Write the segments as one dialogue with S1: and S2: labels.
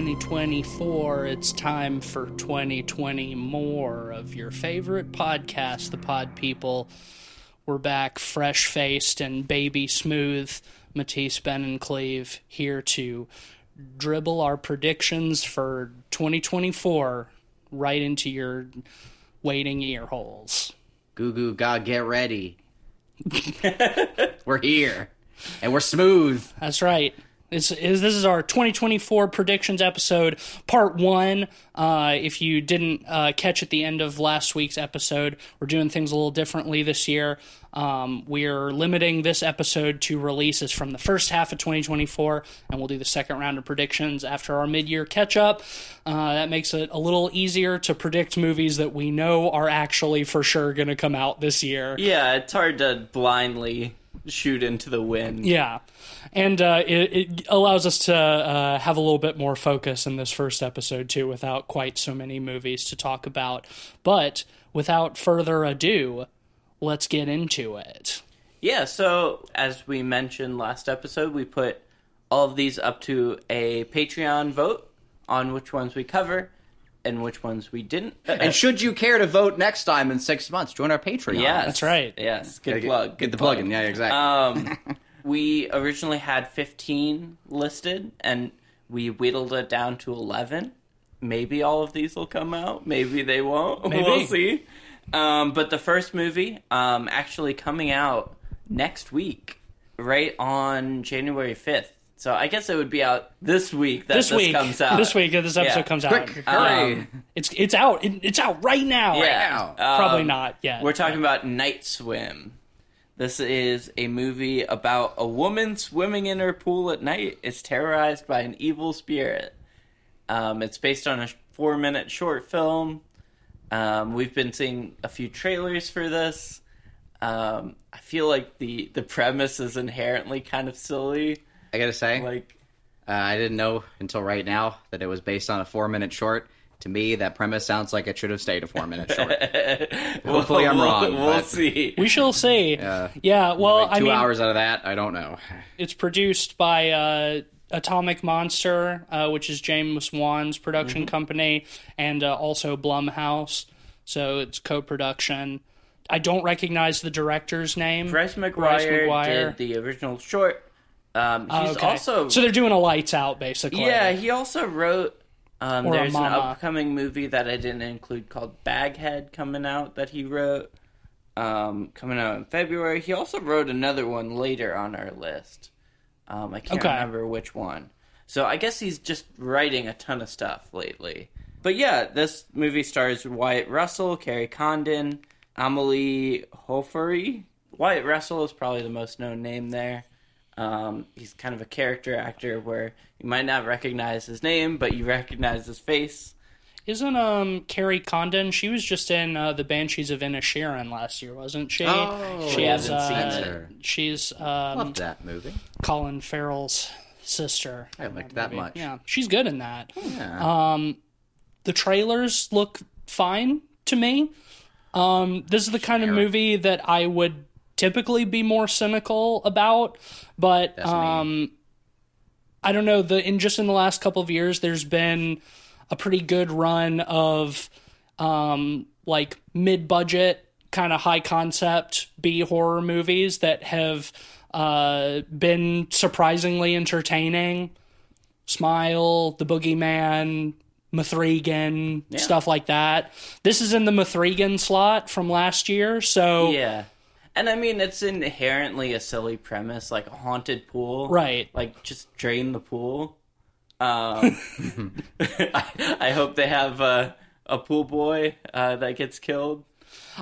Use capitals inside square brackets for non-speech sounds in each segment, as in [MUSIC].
S1: 2024, it's time for 2020 more of your favorite podcast, The Pod People. We're back, fresh faced and baby smooth. Matisse Ben and Cleve here to dribble our predictions for 2024 right into your waiting ear holes.
S2: Goo goo ga, get
S3: [LAUGHS]
S2: ready. we're here, and we're smooth.
S1: That's right. This is this is our 2024 predictions episode, part one. Uh, if you didn't uh, catch at the end of last week's episode, we're doing things a little differently this year. Um, we're limiting this episode to releases from the first half of 2024, and we'll do the second round of predictions after our mid-year catch-up. Uh, that makes it a little easier to predict movies that we know are actually for sure going to come out this year.
S3: Yeah, it's hard to blindly shoot into the wind.
S1: Yeah, and uh, it, it allows us to uh, have a little bit more focus in this first episode too, without quite so many movies to talk about. But without further ado, let's get into it.
S3: Yeah, so as we mentioned last episode, we put all of these up to a Patreon vote on which ones we cover and which ones we didn't.
S2: And should you care to vote next time in six months, join our Patreon.
S3: yes,
S1: That's right.
S3: Yes,
S2: Gotta
S3: good
S2: get,
S3: plug.
S2: Get the plug in. Yeah, exactly.
S3: Um, [LAUGHS] we originally had 15 listed, and we whittled it down to 11. Maybe all of these will come out. Maybe they won't. [LAUGHS]
S1: Maybe.
S3: We'll see. Um, but the first movie, um, actually coming out next week, right on January 5th. So I guess it would be out this week that
S1: This,
S3: this,
S1: week,
S3: comes out.
S1: this week, this episode
S3: Yeah.
S1: comes out.
S2: Quick,
S3: um,
S2: hurry.
S1: It's it's out. It, it's out right now.
S3: Yeah.
S2: now.
S3: Um,
S1: Probably not yet.
S3: We're talking about Night Swim. This is a movie about a woman swimming in her pool at night is terrorized by an evil spirit. Um, it's based on a four minute short film. Um, we've been seeing a few trailers for this. Um, I feel like the, the premise is inherently kind of silly.
S2: I gotta say,
S3: Like,
S2: uh, I didn't know until right now that it was based on a four-minute short. To me, that premise sounds like it should have stayed a four-minute short.
S3: [LAUGHS]
S2: Hopefully I'm
S3: we'll-
S2: wrong,
S3: [LAUGHS] We'll
S2: but-
S3: see.
S1: we shall see.
S2: Yeah.
S1: yeah well,
S2: Like, two
S1: I mean,
S2: hours out of that, I don't know.
S1: it's produced by uh, Atomic Monster, uh, which is James Wan's production
S3: Mm-hmm.
S1: company, and uh, also Blumhouse. So it's co-production. I don't recognize the director's name.
S3: Bryce McGuire,
S1: McGuire.
S3: did the original short. Um, he's
S1: Oh, okay.
S3: also
S1: so they're doing a lights out basically.
S3: Yeah, he also wrote. Um,
S1: Or a
S3: there's an
S1: mama.
S3: upcoming movie that I didn't include called Baghead coming out that he wrote, um, coming out in February. He also wrote another one later on our list. Um, I can't
S1: Okay.
S3: remember which one. So I guess he's just writing a ton of stuff lately. But yeah, this movie stars Wyatt Russell, Carrie Condon, Amelie Hofery. Wyatt Russell is probably the most known name there. Um, he's kind of a character actor where you might not recognize his name, but you recognize his face.
S1: Isn't um Carrie Condon? She was just in uh, the Banshees of Inisherin last year, wasn't she?
S2: Oh,
S1: she's,
S3: I haven't
S1: uh,
S2: seen her.
S1: She's um,
S2: Love that movie.
S1: Colin Farrell's sister.
S2: I liked that much.
S1: Yeah, she's good in that. Um,
S2: Yeah.
S1: the trailers look fine to me. Um, this is the kind of movie that I would typically be more cynical about, but
S2: me.
S1: um, I don't know. The in just in the last couple of years, there's been a pretty good run of um, like mid-budget kind of high concept B horror movies that have uh, been surprisingly entertaining. Smile, The Boogeyman, Mithrigan, stuff like that. This is in the Mithrigan slot from last year, so
S3: Yeah. And I mean, it's inherently a silly premise, like a haunted pool.
S1: right.
S3: Like, just drain the pool.
S2: [LAUGHS]
S3: Um, [LAUGHS] I, I hope they have a, a pool boy uh, that gets killed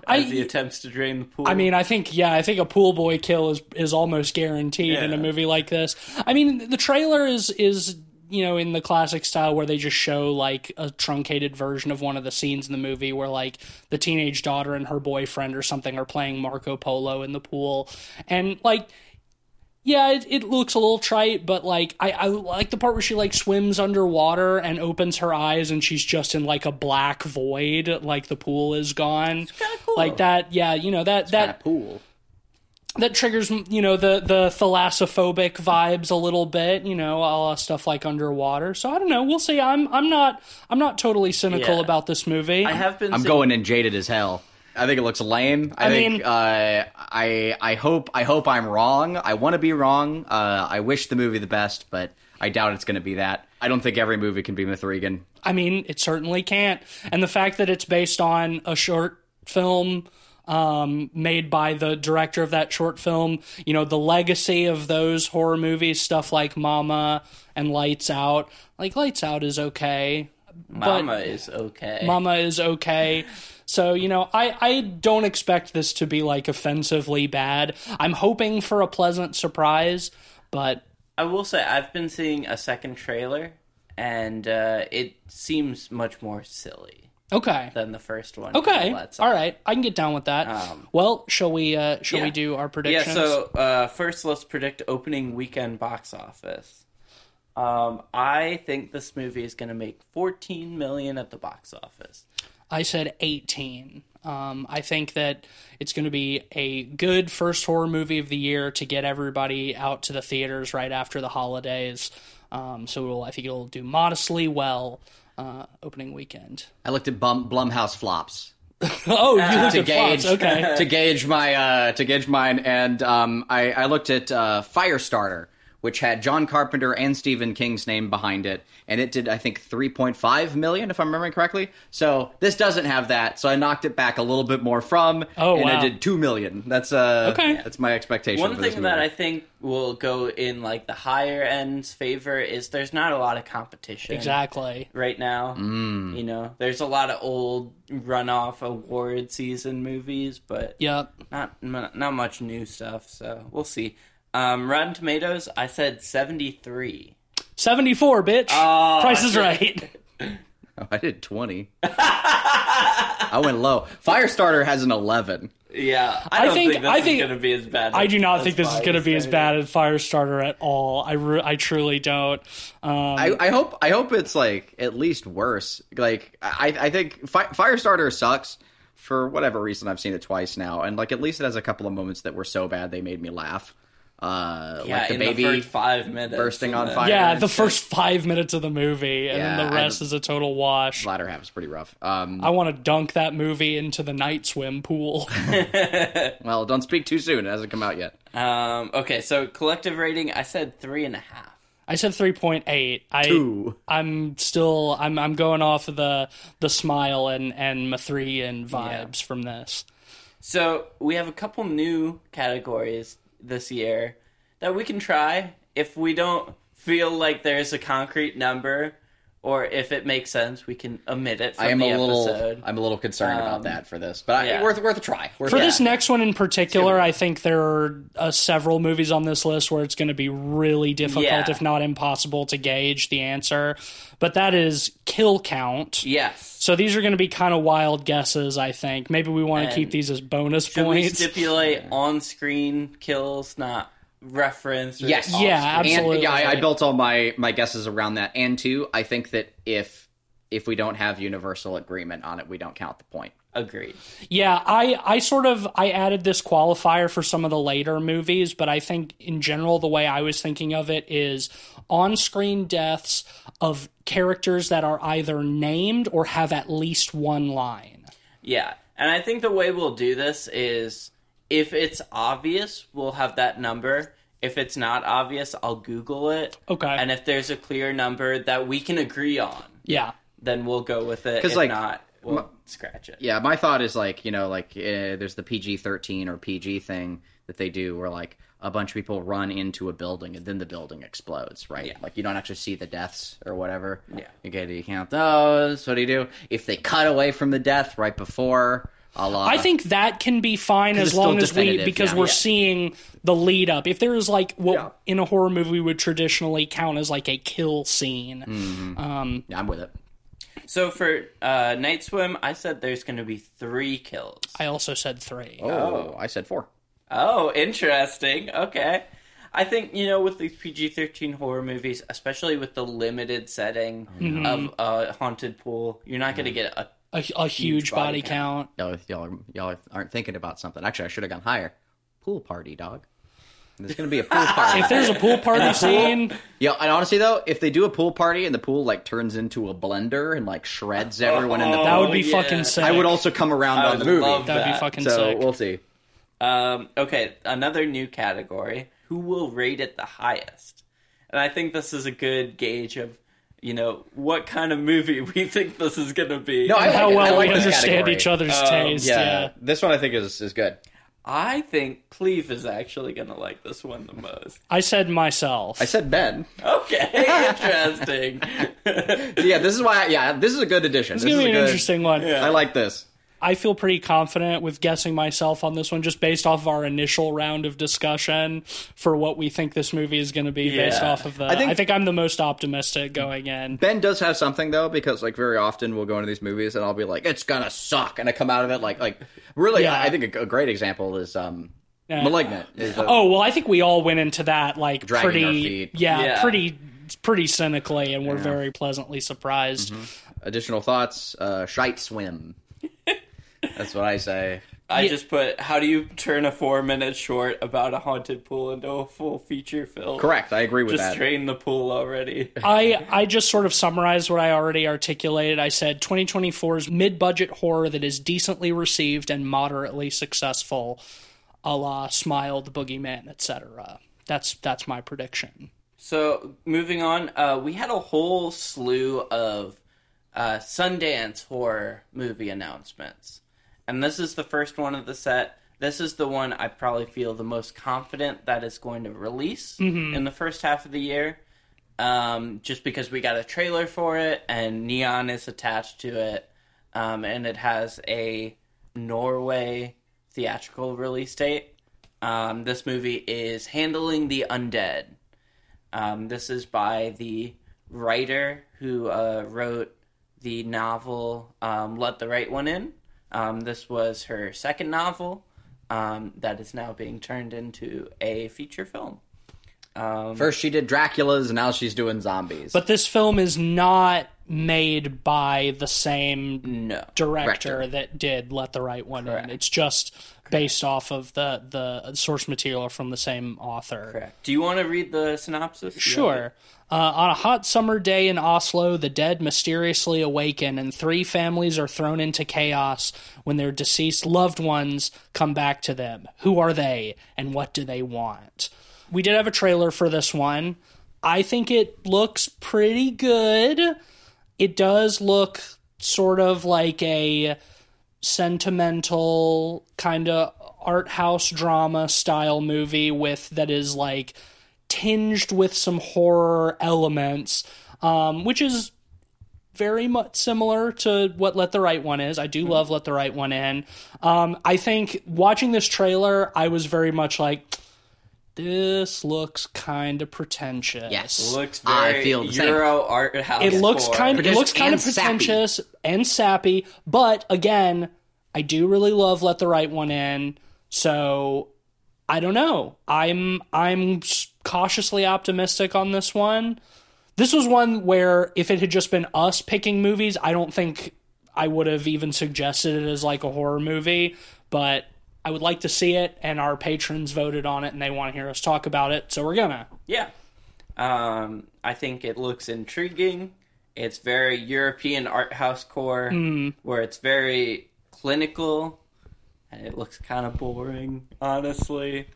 S3: as he
S1: I
S3: attempts to drain the pool.
S1: I mean, I think yeah, I think a pool boy kill is is almost guaranteed in a
S3: Yeah.
S1: movie like this. I mean, the trailer is is you know in the classic style where they just show like a truncated version of one of the scenes in the movie where like the teenage daughter and her boyfriend or something are playing Marco Polo in the pool, and like yeah, it, it looks a little trite, but like I, I like the part where she like swims underwater and opens her eyes and she's just in like a black void, like the pool is gone.
S3: kinda cool.
S1: Like that, yeah, you know that that
S2: Kinda pool.
S1: that triggers you know the the thalassophobic vibes a little bit you know all uh, stuff like underwater so i don't know we'll see i'm i'm not i'm not totally cynical
S3: Yeah.
S1: about this movie
S3: I have been.
S2: I'm
S3: seeing-
S2: going in jaded as hell. I think it looks lame. I,
S1: I
S2: think
S1: mean-
S2: uh, I I hope I hope I'm wrong. I want to be wrong. Uh, I wish the movie the best, but I doubt it's going to be that. I don't think every movie can be Mithrigan.
S1: I mean, it certainly can't. And the fact that it's based on a short film um, made by the director of that short film, you know, the legacy of those horror movies, stuff like Mama and Lights Out. Like, Lights Out is okay.
S3: Mama is okay.
S1: Mama is okay. So, you know, I, I don't expect this to be like offensively bad. I'm hoping for a pleasant surprise, but
S3: I will say I've been seeing a second trailer, and uh, it seems much more silly
S1: okay.
S3: than the first one.
S1: Okay.
S3: Let's-
S1: All right. I can get down with that.
S3: Um,
S1: well, shall we uh shall we
S3: yeah.
S1: do our
S3: Yeah.
S1: predictions?
S3: So uh, first, let's predict opening weekend box office. Um, I think this movie is going to make 14 million at the box office.
S1: I said 18. Um, I think that it's going to be a good first horror movie of the year to get everybody out to the theaters right after the holidays. Um, so it'll, I think it'll do modestly well uh, opening weekend.
S2: I looked at Bum, Blumhouse flops
S1: oh, you looked
S2: Uh, to
S1: at
S2: gauge
S1: Fox. Okay.
S2: [LAUGHS] to gauge my uh, to gauge mine, and um, I, I looked at uh, Firestarter, which had John Carpenter and Stephen King's name behind it, and it did I think 3.5 million if I'm remembering correctly. So this doesn't have that, so I knocked it back a little bit more from,
S1: Oh,
S2: and
S1: wow.
S2: I did two million. That's uh,
S1: Okay.
S2: That's my expectation.
S3: One
S2: for this
S3: thing that
S2: movie.
S3: I think will go in like the higher end's favor is there's not a lot of competition.
S1: Exactly.
S3: right now.
S2: Mm.
S3: You know, there's a lot of old runoff award season movies, but
S1: Yep.
S3: not m- not much new stuff. So we'll see. Um, Rotten Tomatoes, I said seventy three.
S1: 74, bitch.
S2: Ah,
S3: Oh,
S1: Price is
S3: shit.
S1: right. [LAUGHS]
S2: [LAUGHS] Oh, I did
S3: [LAUGHS]
S2: 20. I went low. Firestarter has an 11.
S3: Yeah, I, don't
S1: think-
S3: think, this
S1: I
S3: is
S1: think-
S3: going to be as bad.
S1: I do not
S3: as
S1: think this is going to be as
S3: Firestarter.
S1: bad as Firestarter at all. I, re- I truly don't. Um,
S2: I, I hope I hope it's like at least worse. Like I I think Fi- Firestarter sucks for whatever reason. I've seen it twice now, and like at least it has a couple of moments that were so bad they made me laugh. Uh,
S3: Yeah,
S2: like the
S3: in
S2: baby.
S3: the first five minutes
S2: bursting
S3: and
S2: on
S3: then-
S2: fire.
S1: yeah,
S2: it's
S1: the
S2: just-
S1: first five minutes of the movie, and
S2: Yeah,
S1: then the
S2: I
S1: rest
S2: don't-
S1: is a total wash.
S2: latter half is pretty rough. Um,
S1: I want to dunk that movie into the night swim pool. [LAUGHS]
S2: well, don't speak too soon. It hasn't come out yet.
S3: Um, okay, so collective rating, I said three and a half.
S1: I said three point eight. I
S2: Two.
S1: I'm still I'm I'm going off of the the smile and and Mithrian vibes from this.
S3: So we have a couple new categories this year that we can try if we don't feel like there's a concrete number or if it makes sense we can omit it from
S2: I am
S3: the
S2: a little
S3: episode. Um,
S2: I'm a little concerned about that for this, but
S3: yeah.
S2: I, worth worth a try. Worth
S1: For
S2: a
S1: this
S2: try.
S1: next one in particular, I think there are uh, several movies on this list where it's going to be really difficult,
S3: Yeah.
S1: if not impossible, to gauge the answer. But that is kill count.
S3: yes.
S1: So these are going to be kind of wild guesses, I think. Maybe we want to
S3: And
S1: keep these as bonus
S3: Should we
S1: points.
S3: stipulate on-screen kills, not reference? or
S2: Yes.
S3: off-screen?
S1: Yeah,
S2: And,
S1: absolutely.
S2: yeah, I, I built all my my guesses around that. And two, I think that if if we don't have universal agreement on it, we don't count the point.
S3: Agreed.
S1: Yeah, I, I sort of I added this qualifier for some of the later movies, but I think in general the way I was thinking of it is on-screen deaths of characters that are either named or have at least one line.
S3: Yeah. And I think the way we'll do this is if it's obvious, we'll have that number. If it's not obvious, I'll Google it.
S1: Okay.
S3: And if there's a clear number that we can agree on,
S1: yeah.
S3: then we'll go with it.
S2: 'Cause,
S3: If
S2: like,
S3: not, we'll scratch it.
S2: Yeah, my thought is like you know like uh, there's the PG thirteen or PG thing that they do where like a bunch of people run into a building and then the building explodes, right? Like you don't actually see the deaths or whatever.
S3: Yeah.
S2: Okay, do you count those? What do you do if they cut away from the death right before? A la,
S1: I think that can be fine as
S2: Uh, it's still
S1: long as we
S2: definitive,
S1: because
S2: yeah.
S1: we're
S2: Yeah.
S1: seeing the lead up. If there is like what
S2: Yeah.
S1: in a horror movie would traditionally count as like a kill scene.
S2: Hmm. Yeah, I'm with it.
S3: So for uh, Night Swim, I said there's going to be three kills.
S1: I also said three.
S2: Oh, I said four.
S3: Oh, interesting. Okay. I think, you know, with these PG 13 horror movies, especially with the limited setting
S2: Mm-hmm.
S3: of a haunted pool, you're not going to get a
S1: A, a huge, body, count.
S2: Y'all, y'all, y'all aren't thinking about something. Actually, I should have gone higher. pool party, dog. And There's gonna be a pool party.
S1: If there's a pool
S2: [LAUGHS] Oh,
S1: party scene,
S2: Yeah, and honestly though, if they do a pool party and the pool like turns into a blender and like shreds everyone in the
S1: Oh, that
S2: pool,
S1: would be
S3: yeah.
S1: fucking sick.
S2: I would also come around
S3: I
S2: on the
S3: would
S2: movie.
S3: love
S1: That would be
S3: that.
S1: fucking
S2: so
S1: sick.
S2: we'll see.
S3: Um, okay, another new category: who will rate it the highest? And I think this is a good gauge of, you know, what kind of movie [LAUGHS] we think this is going to be.
S2: No,
S1: How
S2: I like it. I
S1: well
S2: like
S1: we
S2: this
S1: understand
S2: category.
S1: each other's
S3: Um,
S1: taste. Yeah.
S2: this one I think is is good.
S3: I think Cleve is actually going to like this one the
S2: [LAUGHS]
S3: most.
S1: I said myself.
S2: I said Ben. [LAUGHS]
S3: Okay, interesting.
S2: Yeah, this is why. yeah, this is a good addition.
S1: it's
S2: this
S1: gonna
S2: is
S1: be
S2: a
S1: an
S2: good,
S1: interesting one.
S2: I like this.
S1: I feel pretty confident with guessing myself on this one, just based off of our initial round of discussion for what we think this movie is going to be, based
S3: Yeah.
S1: off of that.
S2: I
S1: I
S2: think-
S1: think, I am the most optimistic going in.
S2: Ben does have something though, because like very often we'll go into these movies and I'll be like, "It's gonna suck," and I come out of it like, like really.
S1: Yeah.
S2: I, I think a, a great example is um,
S1: Yeah.
S2: *Malignant*. Is uh, a-
S1: Oh well, I think we all went into that like
S2: Dragging our
S1: pretty,
S2: feet.
S1: yeah,
S3: Yeah.
S1: pretty, pretty cynically, and we're very pleasantly surprised.
S2: Mm-hmm. Additional thoughts: uh,
S1: [LAUGHS]
S2: *Shite Swim*. That's what I say.
S3: I just put, how do you turn a four-minute short about a haunted pool into a full feature film?
S2: Correct. I agree with
S3: Just
S2: that.
S3: drain the pool already.
S1: I I just sort of summarized what I already articulated. I said 2024's mid-budget horror that is decently received and moderately successful, a la Smile, The Boogeyman, etc. That's that's my prediction.
S3: So moving on, uh, we had a whole slew of uh, Sundance horror movie announcements, and this is the first one of the set. This is the one I probably feel the most confident that it's going to release in the first half of the year, um, just because we got a trailer for it and neon is attached to it, um, and it has a Norway theatrical release date. Um, this movie is handling the undead. Um, this is by the writer who uh, wrote the novel um, Let the Right One In. Um, this was her second novel um, that is now being turned into a feature film.
S2: First, she did Dracula's, and now she's doing zombies.
S1: But this film is not made by the same
S3: No.
S1: director
S2: Director.
S1: that did Let the Right One In. It's just based off of the the source material from the same author.
S3: Correct. Do you want to read the synopsis?
S1: Sure. Uh, on a hot summer day in Oslo, the dead mysteriously awaken, and three families are thrown into chaos when their deceased loved ones come back to them. Who are they, and what do they want? We did have a trailer for this one. I think it looks pretty good. It does look sort of like a sentimental kind of art house drama style movie with that is like tinged with some horror elements, um, which is very much similar to what Let the Right One is. I do love Let the Right One in. Um, I think watching this trailer, I was very much like, this looks kind of pretentious.
S2: Yes.
S3: Looks
S2: I
S3: very
S2: feel the same.
S3: Euro art house.
S1: It looks
S3: core.
S1: kind of it
S2: Produced
S1: looks kind
S2: and
S1: of
S2: sappy.
S1: pretentious and sappy, but again, I do really love Let the Right One In. So I don't know. I'm I'm s- cautiously optimistic on this one. This was one where if it had just been us picking movies, I don't think I would have even suggested it as like a horror movie, but I would like to see it and our patrons voted on it and they want to hear us talk about it, so we're gonna.
S3: Yeah. Um, I think it looks intriguing. It's very European art house core,
S1: Hmm.
S3: where it's very clinical, and it looks kind of boring, honestly.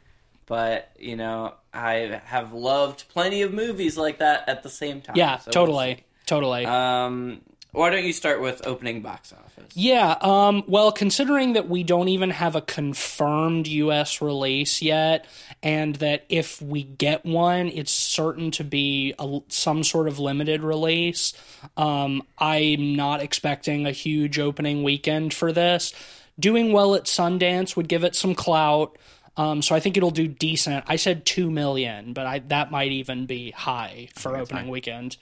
S3: But you know, I have loved plenty of movies like that at the same time.
S1: Yeah,
S3: so we'll
S1: totally.
S3: see.
S1: totally.
S3: um, why don't you start with opening box office?
S1: Yeah, um, well, considering that we don't even have a confirmed US release yet, and that if we get one, it's certain to be a, some sort of limited release, um, I'm not expecting a huge opening weekend for this. Doing well at Sundance would give it some clout. Um, so I think it'll do decent. I said two million, but I, that might even be high for opening weekend.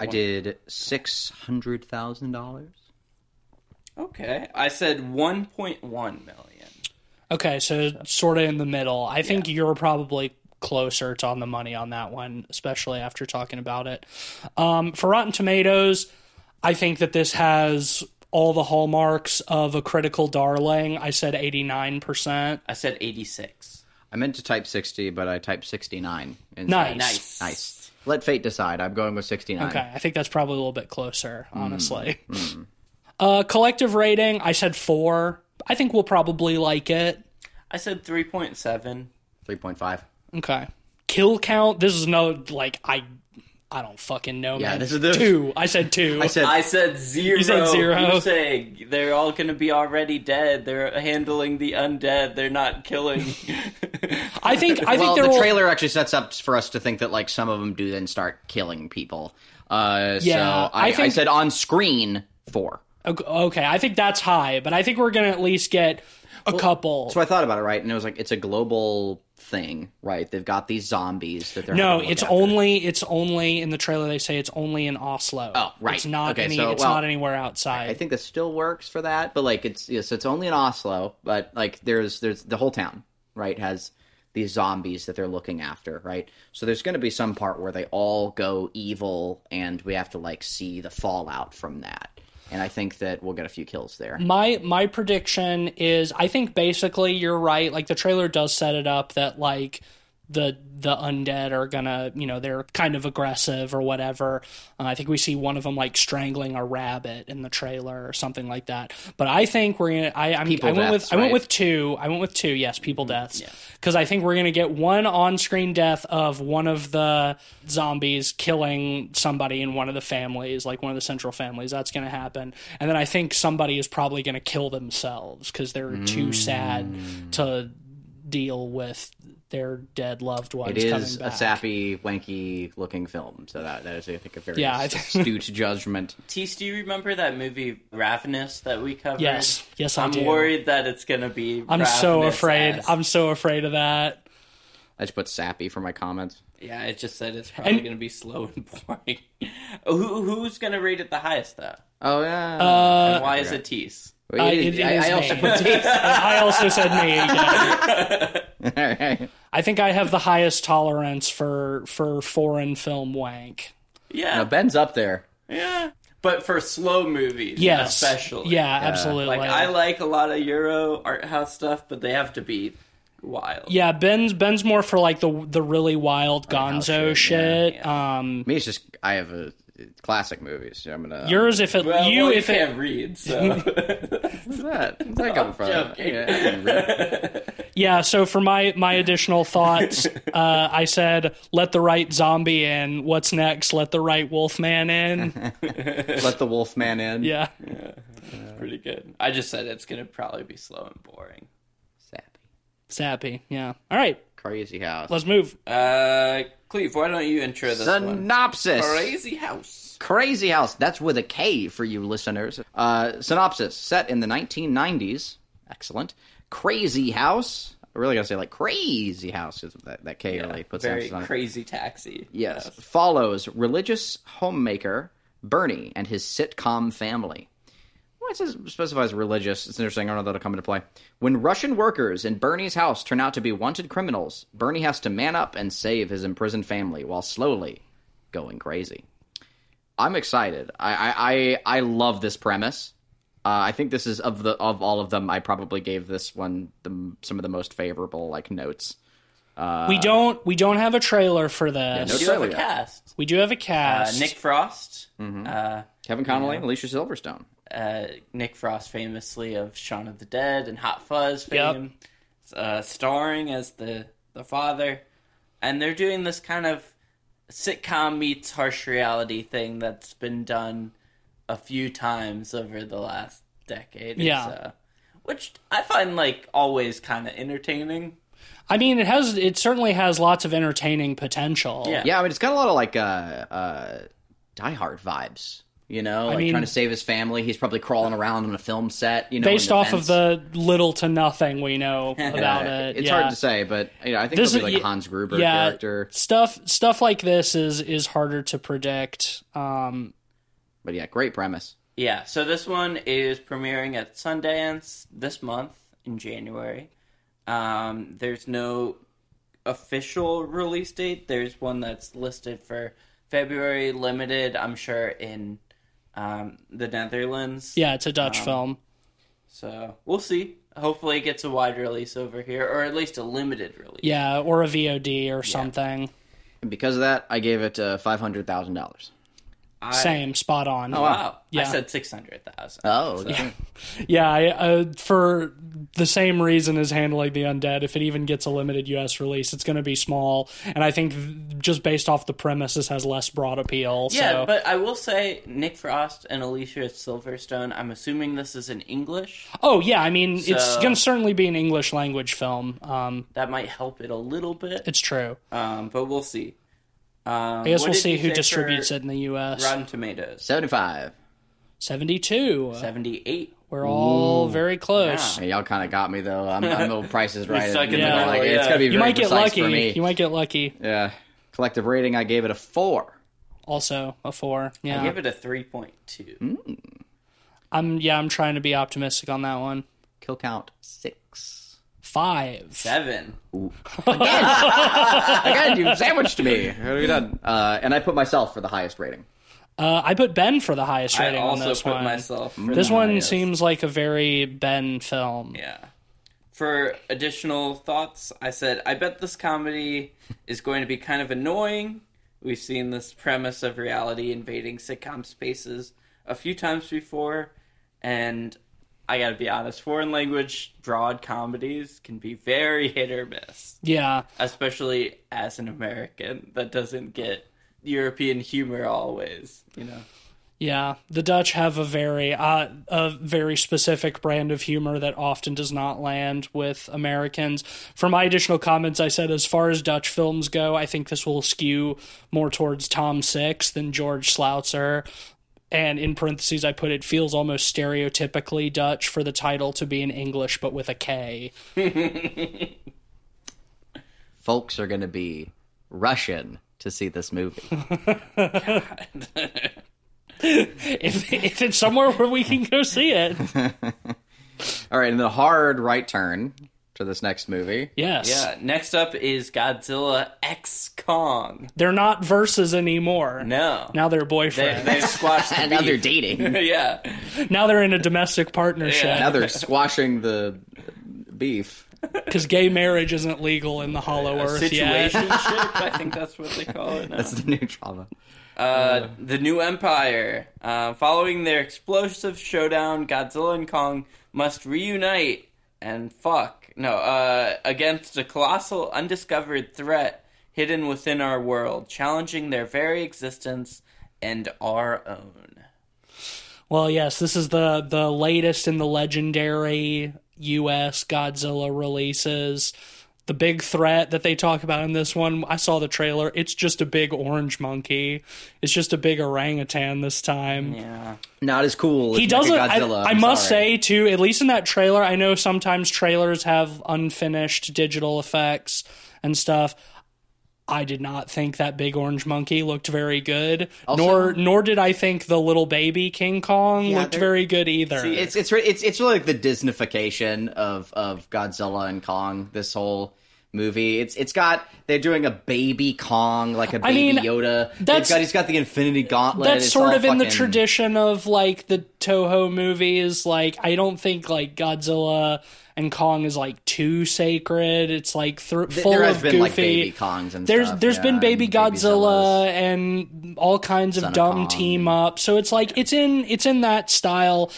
S2: I did six hundred thousand dollars.
S3: Okay, I said one point one million.
S1: Okay, so sort of in the middle. I think you're probably closer to on the money on that one, especially after talking about it. Um, for Rotten Tomatoes, I think that this has all the hallmarks of a critical darling. I said 89%.
S3: I said 86.
S2: I meant to type 60, but I typed 69. instead.
S1: Nice.
S3: Nice.
S2: Nice. Let fate decide. I'm going with 69.
S1: Okay, I think that's probably a little bit closer, honestly. Uh, collective rating, I said four. I think we'll probably like it.
S3: I said 3.7.
S2: 3.5.
S1: Okay. Kill count. This is another like I, I don't fucking know.
S2: Yeah,
S1: man.
S2: this is the-
S1: two. I said two.
S2: I said
S3: I said zero. You
S1: said zero.
S3: You're saying they're all going to be already dead. They're handling the undead. They're not killing.
S1: [LAUGHS] I think.
S2: [LAUGHS]
S1: I think
S2: well,
S1: there
S2: the
S1: will.
S2: trailer actually sets up for us to think that like some of them do then start killing people. Uh,
S1: Yeah,
S2: so I,
S1: I
S2: I,
S1: think-
S2: said on screen four.
S1: Okay, Okay, I think that's high, but I think we're gonna at least get a couple.
S2: So I thought about it, right? And it was like it's a global thing, right? They've got these zombies that they're
S1: no,
S2: having to look
S1: it's
S2: after.
S1: only it's only in the trailer. They say it's only in Oslo.
S2: Oh, right.
S1: It's not
S2: Okay,
S1: any.
S2: so,
S1: it's
S2: well,
S1: not anywhere outside.
S2: I think this still works for that, but like it's yes, it's only in Oslo, but like there's there's the whole town, right, has these zombies that they're looking after, right? So there's going to be some part where they all go evil and we have to like see the fallout from that. And I think that we'll get a few kills there.
S1: my my prediction is I think basically you're right. Like the trailer does set it up that like the the undead are gonna you know they're kind of aggressive or whatever. Uh, I think we see one of them like strangling a rabbit in the trailer or something like that. But I think we're gonna I I'm,
S2: People
S1: I went
S2: deaths,
S1: with I went
S2: right? Mm-hmm.
S1: with two. I went with two. Yes, people deaths because I think we're gonna get one on screen death of one of the zombies killing somebody in one of the families, like one of the central families. That's gonna happen, and then I think somebody is probably gonna kill themselves because they're too sad
S2: Mm.
S1: to deal with their dead loved ones.
S2: It is
S1: coming
S2: a
S1: back.
S2: sappy, wanky looking film, so that that is I think a very
S1: Yeah, I- [LAUGHS]
S2: astute judgment.
S3: Tease, do you remember that movie Ravenous that we covered?
S1: Yes, yes, I
S3: I'm
S1: do.
S3: worried that it's going to be.
S1: I'm so
S3: Ravenous
S1: afraid.
S3: as-
S1: I'm so afraid of that.
S2: I just put sappy for my comments.
S3: Yeah, I just said it's probably
S1: And-
S3: going to be slow and boring. [LAUGHS] Who who's going to rate it the highest though?
S2: Oh yeah.
S1: Uh,
S3: Why is it tease?
S2: Wait,
S1: I-
S2: it
S1: it
S2: is- I,
S1: is
S2: I also
S1: me.
S2: put
S1: And I also said me. again. [LAUGHS]
S2: Alright.
S1: I think I have the highest tolerance for for foreign film wank.
S2: [LAUGHS] Now,
S3: Yeah,
S2: Ben's up there.
S3: yeah. But for slow movies,
S1: Yes,
S3: especially.
S1: Yeah, absolutely.
S3: Like I like a lot of Euro art house stuff, but they have to be wild.
S1: yeah, Ben's Ben's more for like the the really wild Gonzo
S2: shit,
S1: shit. Um,
S2: Me, it's just I have a classic movies. So I'm gonna
S1: yours if it
S3: Well,
S1: you
S3: well,
S1: if it
S3: can't
S1: [LAUGHS]
S3: read, so
S2: What's that?
S3: [LAUGHS]
S2: Where's that come from?
S3: joking.
S2: Yeah, I can
S3: [LAUGHS]
S2: read.
S1: yeah. So for my my additional thoughts, uh, I said let the right zombie in. What's next? Let the right wolf man in.
S2: Let the wolf man in.
S1: Yeah,
S3: pretty good. I just said it's gonna probably be slow and boring.
S2: Sappy.
S1: sappy. Yeah. All right,
S2: Crazy house.
S1: let's move.
S3: Uh, Cleve, why don't you intro this one?
S2: Synopsis.
S3: Crazy house.
S2: Crazy House. That's with a K for you listeners. Uh, synopsis set in the 1990s. Excellent. Crazy House. I really gotta say like Crazy House 'cause that, that K really puts
S3: Very
S2: emphasis on it.
S3: crazy taxi.
S2: Yes. Follows religious homemaker Bernie and his sitcom family. Why it says, specifies religious. It's interesting. I don't know that'll come into play. When Russian workers in Bernie's house turn out to be wanted criminals, Bernie has to man up and save his imprisoned family while slowly going crazy. I'm excited. I I, I, I love this premise. Uh, I think this is of the of all of them. I probably gave this one the, some of the most favorable like notes.
S1: we don't we don't have a trailer for this.
S2: no
S3: You have a
S2: Australia.
S3: cast.
S1: We do have a
S3: Uh,
S1: cast.
S3: Nick Frost.
S2: Kevin Connolly and Alicia Silverstone.
S3: Uh, Nick Frost, famously of Shaun of the Dead and Hot Fuzz fame, uh, starring as the the father, and they're doing this kind of sitcom meets harsh reality thing that's been done a few times over the last decade. or
S1: Yeah.
S3: so, which I find like always kind of entertaining.
S1: I mean, it has it certainly has lots of entertaining potential.
S3: Yeah.
S2: Yeah, I mean, it's got a lot of like uh, uh, Die Hard vibes. You know, like
S1: mean-
S2: trying to save his family. He's probably crawling around on a film set. You know,
S1: based
S2: in
S1: off of
S2: vents.
S1: the little to nothing we know
S2: Uh,
S1: about it.
S2: It's
S1: yeah.
S2: hard to say, but you know, I think
S1: This
S2: this will be
S1: is-
S2: like a Hans Gruber
S1: yeah.
S2: character.
S1: Stuff stuff like this is is harder to predict. Um,
S2: But yeah, great premise.
S3: Yeah, so this one is premiering at Sundance this month in January. Um, there's no official release date. There's one that's listed for February, limited, I'm sure, in um, the Netherlands.
S1: Yeah, it's a Dutch film.
S3: So we'll see. Hopefully, it gets a wide release over here, or at least a limited release.
S1: Yeah, or a VOD or something.
S2: And because of that, I gave it uh, five hundred thousand dollars.
S3: I,
S1: Same, spot on.
S2: Oh,
S3: Wow. I
S1: Yeah. Uh,
S3: said six hundred thousand.
S2: Oh,
S1: Yeah, I, uh, for the same reason as handling the undead, if it even gets a limited U.S. release, it's going to be small, and I think th- just based off the premise, this has less broad appeal.
S3: Yeah,
S1: so.
S3: but I will say Nick Frost and Alicia Silverstone. I'm assuming this is in English.
S1: oh yeah, I mean, it's
S3: So-
S1: going to certainly be an English language film. Um,
S3: That might help it a little bit,
S1: it's true.
S3: um, but we'll see. Um,
S1: I guess we'll see who distributes it in the U.S.
S3: Rotten Tomatoes,
S2: seventy-five.
S1: Seventy-two.
S3: seventy-eight.
S1: We're all very close.
S2: Hey, y'all kind of got me though. I'm, I'm the prices right.
S3: stuck in
S1: the
S2: middle.
S1: middle,
S2: Like, It's
S3: yeah.
S2: gonna be very
S1: You might get
S2: precise
S1: lucky.
S2: for me.
S1: You might get lucky.
S2: yeah. Collective rating, I gave it a four.
S1: Also, a four.
S3: I
S1: Yeah,
S3: give it a three point two.
S1: hmm? I'm. Yeah, I'm trying to be optimistic on that one.
S2: Kill count six.
S1: Five.
S3: Seven.
S2: I got you sandwiched me. What have you done? Uh, and I put myself for the highest rating.
S1: Uh, I put Ben for the highest
S3: I
S1: rating on
S3: also
S1: this
S3: put
S1: one. Mm-hmm.
S3: myself. For
S1: This
S3: the
S1: one
S3: highest.
S1: seems like a very Ben film.
S3: Yeah. For additional thoughts, I said, I bet this comedy is going to be kind of annoying. We've seen this premise of reality invading sitcom spaces a few times before, and I gotta be honest, foreign language broad comedies can be very [LAUGHS] hit or miss,
S1: Yeah.
S3: especially as an American that doesn't get European humor always, you know?
S1: Yeah. The Dutch have a very uh, a very specific brand of humor that often does not land with Americans. For my additional comments, I said as far as Dutch films go, I think this will skew more towards Tom Six than George Slautzer. And in parentheses, I put it feels almost stereotypically Dutch for the title to be in English but with a K.
S2: Folks are gonna be Russian to see this movie.
S1: If, if it's somewhere where we can go see it,
S2: [LAUGHS] All right, and the hard right turn to this next movie.
S1: yes.
S3: Yeah, next up is Godzilla X Kong.
S1: They're not verses anymore.
S3: No.
S1: Now they're
S3: They,
S1: boyfriends.
S3: they squashed the [LAUGHS]
S2: And now they're
S3: beef.
S2: dating.
S3: yeah.
S1: now they're in a domestic partnership [LAUGHS]
S2: now [LAUGHS] they're squashing the beef.
S1: because gay marriage isn't legal in the Hollow Earth yet.
S3: Situationship, I think that's what they call it now.
S2: That's the new drama.
S3: Uh, the New Empire. Uh, following their explosive showdown, Godzilla and Kong must reunite and fuck. No, uh, against a colossal, undiscovered threat hidden within our world, challenging their very existence and our own.
S1: Well, yes, this is the the latest in the legendary U.S. Godzilla releases. The big threat that they talk about in this one, I saw the trailer. It's just a big orange monkey. It's just a big orangutan this time.
S3: Yeah.
S2: Not as cool.
S1: he
S2: as Mecha
S1: doesn't. I, I
S2: Godzilla, I'm
S1: must
S2: sorry.
S1: say too, at least in that trailer, I know sometimes trailers have unfinished digital effects and stuff. I did not think that big orange monkey looked very good, nor nor did I think the little baby King Kong looked
S2: they're-
S1: very good either.
S2: it's it's re- it's it's really like the Disneyfication of of Godzilla and Kong. This whole movie, it's it's got they're doing a baby Kong, like a baby
S1: mean,
S2: Yoda. They've
S1: that's-
S2: got he's got the Infinity Gauntlet.
S1: That's
S2: It's
S1: sort
S2: all
S1: of in the
S2: fucking-
S1: tradition of like the Toho movies. Like, I don't think like Godzilla and Kong is like too sacred. It's like thr
S2: Th-
S1: full
S2: there has
S1: of
S2: been
S1: goofy.
S2: like baby Kongs and
S1: There's
S2: stuff.
S1: there's
S2: yeah,
S1: been
S2: and
S1: Baby Godzilla
S2: Zillas.
S1: and all kinds of
S2: of
S1: dumb
S2: Kong.
S1: team up. So it's like it's in it's in that style.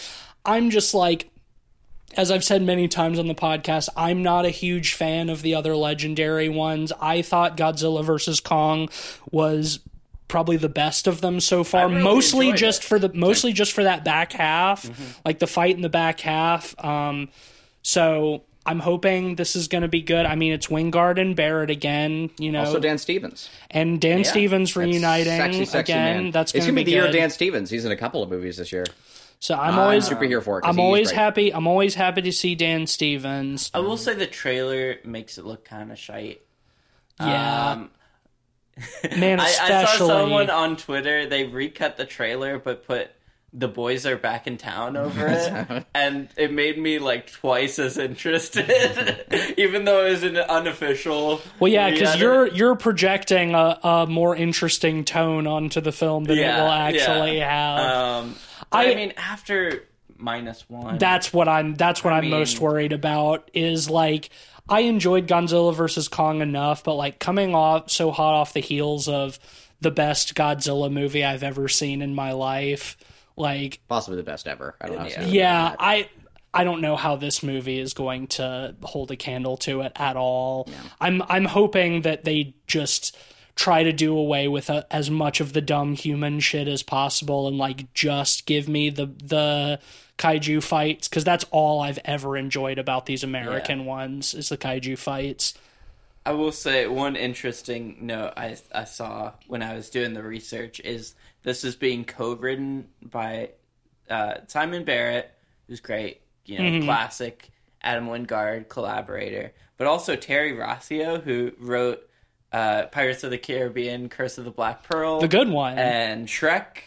S1: I'm just like as I've said many times on the podcast, I'm not a huge fan of the other legendary ones. I thought Godzilla vs Kong was probably the best of them so far,
S3: really
S1: mostly
S3: enjoyed
S1: just for the mostly just for that back half,
S2: Mm-hmm.
S1: like the fight in the back half. Um so I'm hoping this is going to be good. I mean, it's Wingard and Barrett again, you know,
S2: Also, Dan Stevens.
S1: and Dan Stevens
S2: That's
S1: reuniting
S2: sexy, sexy
S1: again.
S2: man.
S1: That's
S2: it's
S1: going to
S2: be, the year
S1: good.
S2: of Dan Stevens. He's in a couple of movies this year.
S1: So I'm
S2: I'm
S1: always
S2: super here for it. 'cause
S1: I'm
S2: Ah, he's Oh,
S1: always
S2: great.
S1: happy. I'm always happy to see Dan Stevens.
S3: I will say the trailer makes it look kind of shite.
S1: Yeah.
S3: Um,
S1: Man,
S3: I,
S1: Uh, especially
S3: I saw someone on Twitter. They recut the trailer, but put the boys are back in town over it, and it made me like twice as interested, [LAUGHS] even though it was an unofficial.
S1: Well, yeah, because
S3: re-edit.
S1: you're you're projecting a, a more interesting tone onto the film than it
S3: Yeah,
S1: will actually
S3: yeah.
S2: Uh,
S1: have.
S3: Um, I,
S1: I-
S3: I mean, after minus one,
S1: that's what I'm that's what I am
S3: mean-
S1: most worried about is like I enjoyed Godzilla versus Kong enough, but like coming off so hot off the heels of the best Godzilla movie I've ever seen in my life, like
S2: Possibly the best ever. I don't know.
S3: Yeah.
S1: yeah, I I don't know how this movie is going to hold a candle to it at all. I'm I'm hoping that they just try to do away with uh as much of the dumb human shit as possible and like just give me the the kaiju fights cuz that's all I've ever enjoyed about these American ones is the kaiju fights.
S3: I will say one interesting note I, I saw when I was doing the research is this is being co-written by uh, Simon Barrett, who's great, you know,
S1: Mm-hmm.
S3: classic Adam Wingard collaborator, but also Terry Rossio, who wrote uh, Pirates of the Caribbean, Curse of the Black Pearl,
S1: The good one.
S3: and Shrek,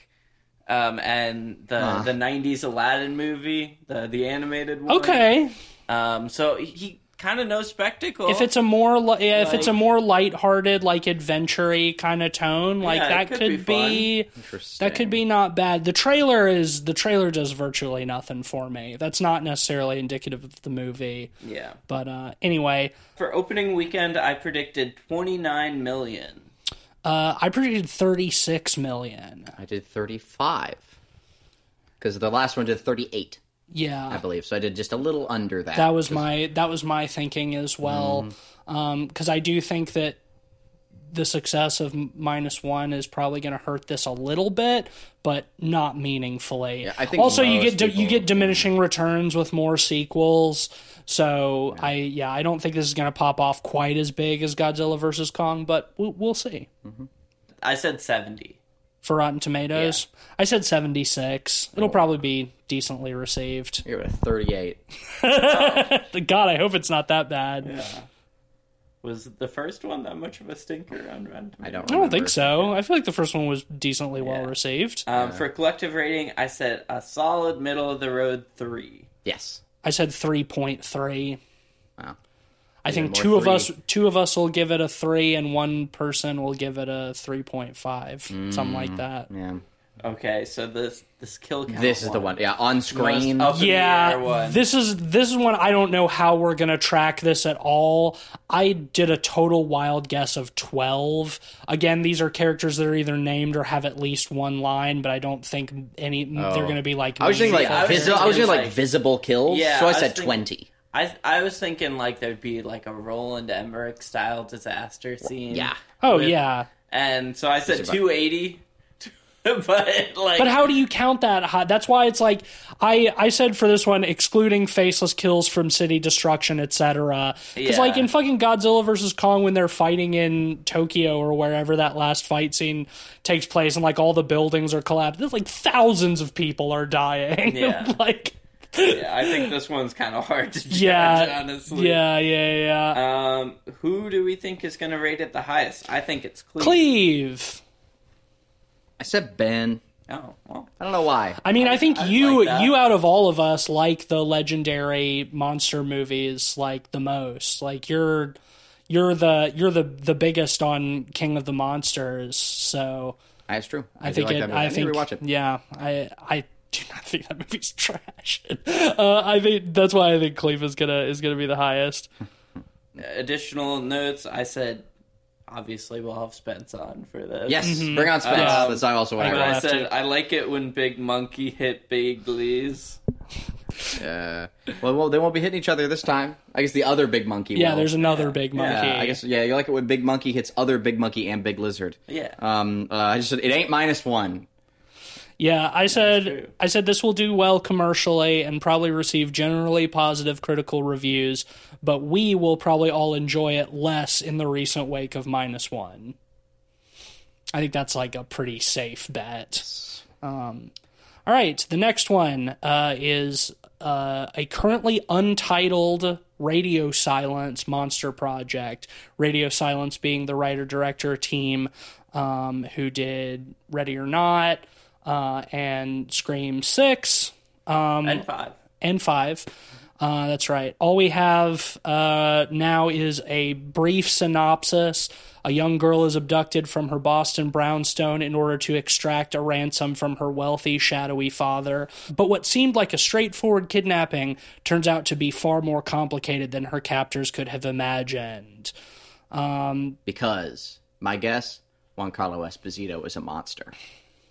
S3: um, and the
S2: Huh.
S3: the '90s Aladdin movie, the the animated one.
S1: okay.
S3: um, so he kind of knows spectacle.
S1: If it's a more li- yeah, if it's a
S3: Like-
S1: more lighthearted like adventure-y kind of tone, like
S3: Yeah,
S1: that
S3: it could
S1: could
S3: be
S1: be
S2: Interesting.
S1: That could be not bad. The trailer is the trailer does virtually nothing for me. That's not necessarily indicative of the movie.
S3: yeah.
S1: But uh, anyway,
S3: For opening weekend, I predicted 29 million.
S1: uh, I predicted 36 million.
S2: I did 35. Because the last one did 38, I
S1: Yeah,
S2: believe. So I did just a little under that.
S1: that was my that was my thinking as well.
S2: Mm.
S1: Because I do think that the success of M- minus one is probably going to hurt this a little bit, but not meaningfully.
S2: I think
S1: also, you get
S2: most
S1: di- you
S2: people-
S1: get diminishing returns with more sequels. So I yeah, I don't think this is going to pop off quite as big as Godzilla versus Kong, but we'll, we'll see.
S3: I said 70.
S1: For Rotten Tomatoes, I said seventy six.
S2: Oh.
S1: It'll probably be decently received.
S2: You're at 38.
S1: God, I hope it's not that bad.
S3: Was the first one that much of a stinker on
S2: I
S3: Rotten Tomatoes?
S2: don't
S1: I don't
S2: remember.
S1: think so. I feel like the first one was decently well
S3: Yeah.
S1: received.
S3: Um, For collective rating, I said a solid middle of the road three.
S2: Yes.
S1: I said three point three.
S2: Wow.
S1: I think
S2: more
S1: two of
S2: three.
S1: us two of us will give it a three, and one person will give it a three point five, something
S2: Mm.
S1: like that.
S2: Yeah.
S3: Okay, so this this kill count.
S2: This is the one. Yeah, on screen.
S3: up- Yeah,
S1: Yeah,
S3: one.
S1: this is this is one I don't know how we're gonna track this at all. I did a total wild guess of twelve. Again, these are characters that are either named or have at least one line, but I don't think any they're gonna be like.
S2: Oh. I was thinking like,
S1: meaningful.
S3: I was
S2: visi- I was
S3: thinking
S2: thinking like,
S3: like-
S2: visible kills.
S3: Yeah,
S2: so I,
S3: I was
S2: said
S3: thinking-
S2: 20.
S3: I I was thinking like there'd be like a Roland Emmerich style disaster scene.
S2: Yeah.
S1: oh
S3: with-
S1: yeah.
S3: And so I said
S2: about-
S3: 280. [LAUGHS] but like
S1: But how do you count that? high? That's why it's like I I said for this one, excluding faceless kills from city destruction, etc. Because
S3: Yeah.
S1: like in fucking Godzilla versus Kong, when they're fighting in Tokyo or wherever that last fight scene takes place, and like all the buildings are collapsed, there's like thousands of people are dying. [LAUGHS]
S3: Yeah.
S1: like
S3: yeah, I think this one's kind of hard to judge
S1: yeah,
S3: [LAUGHS] honestly.
S1: yeah, yeah, yeah.
S3: Um, who do we think is going to rate it the highest? I think it's Cleve.
S1: Cleve.
S2: I said Ben.
S3: Oh, well.
S2: I don't know why.
S1: I mean, I, think you
S3: like that.
S1: you out of all of us like the legendary monster movies like the most. Like you're you're the you're the the biggest on King of the Monsters. So
S2: That's true.
S1: I, think it, I think
S2: rewatch it.
S1: yeah, I I do not think that movie's [LAUGHS] trash. uh, I think that's why I think Cleve is gonna is gonna be the highest.
S3: Additional notes. I said, obviously, we'll have Spence on for this.
S2: Yes, bring on Spence.
S3: Um,
S2: That's also what
S1: Mm-hmm. I
S2: I,
S3: But
S1: We'll
S3: I
S1: have
S3: said,
S1: to.
S3: I like it when Big Monkey hit Big Lees.
S2: Uh, well, well, they won't be hitting each other this time. I guess the other big monkey.
S1: Yeah,
S2: will.
S1: there's another big monkey.
S2: Yeah, I guess yeah. You like it when big monkey hits other big monkey and big lizard.
S3: Yeah.
S2: Um. Uh, I just said it ain't minus one.
S1: Yeah, I
S3: true.
S1: said I said this will do well commercially and probably receive generally positive critical reviews, but we will probably all enjoy it less in the recent wake of minus one. I think that's like a pretty safe bet. Um, all right, the next one uh, is uh, a currently untitled Radio Silence monster project. Radio Silence being the writer director team um, who did Ready or Not, uh, and Scream Six um,
S3: and five.
S1: and Five. Uh, that's right. All we have uh, now is a brief synopsis. A young girl is abducted from her Boston brownstone in order to extract a ransom from her wealthy, shadowy father. But what seemed like a straightforward kidnapping turns out to be far more complicated than her captors could have imagined.
S2: because my guess, Juan Carlos Esposito is a monster.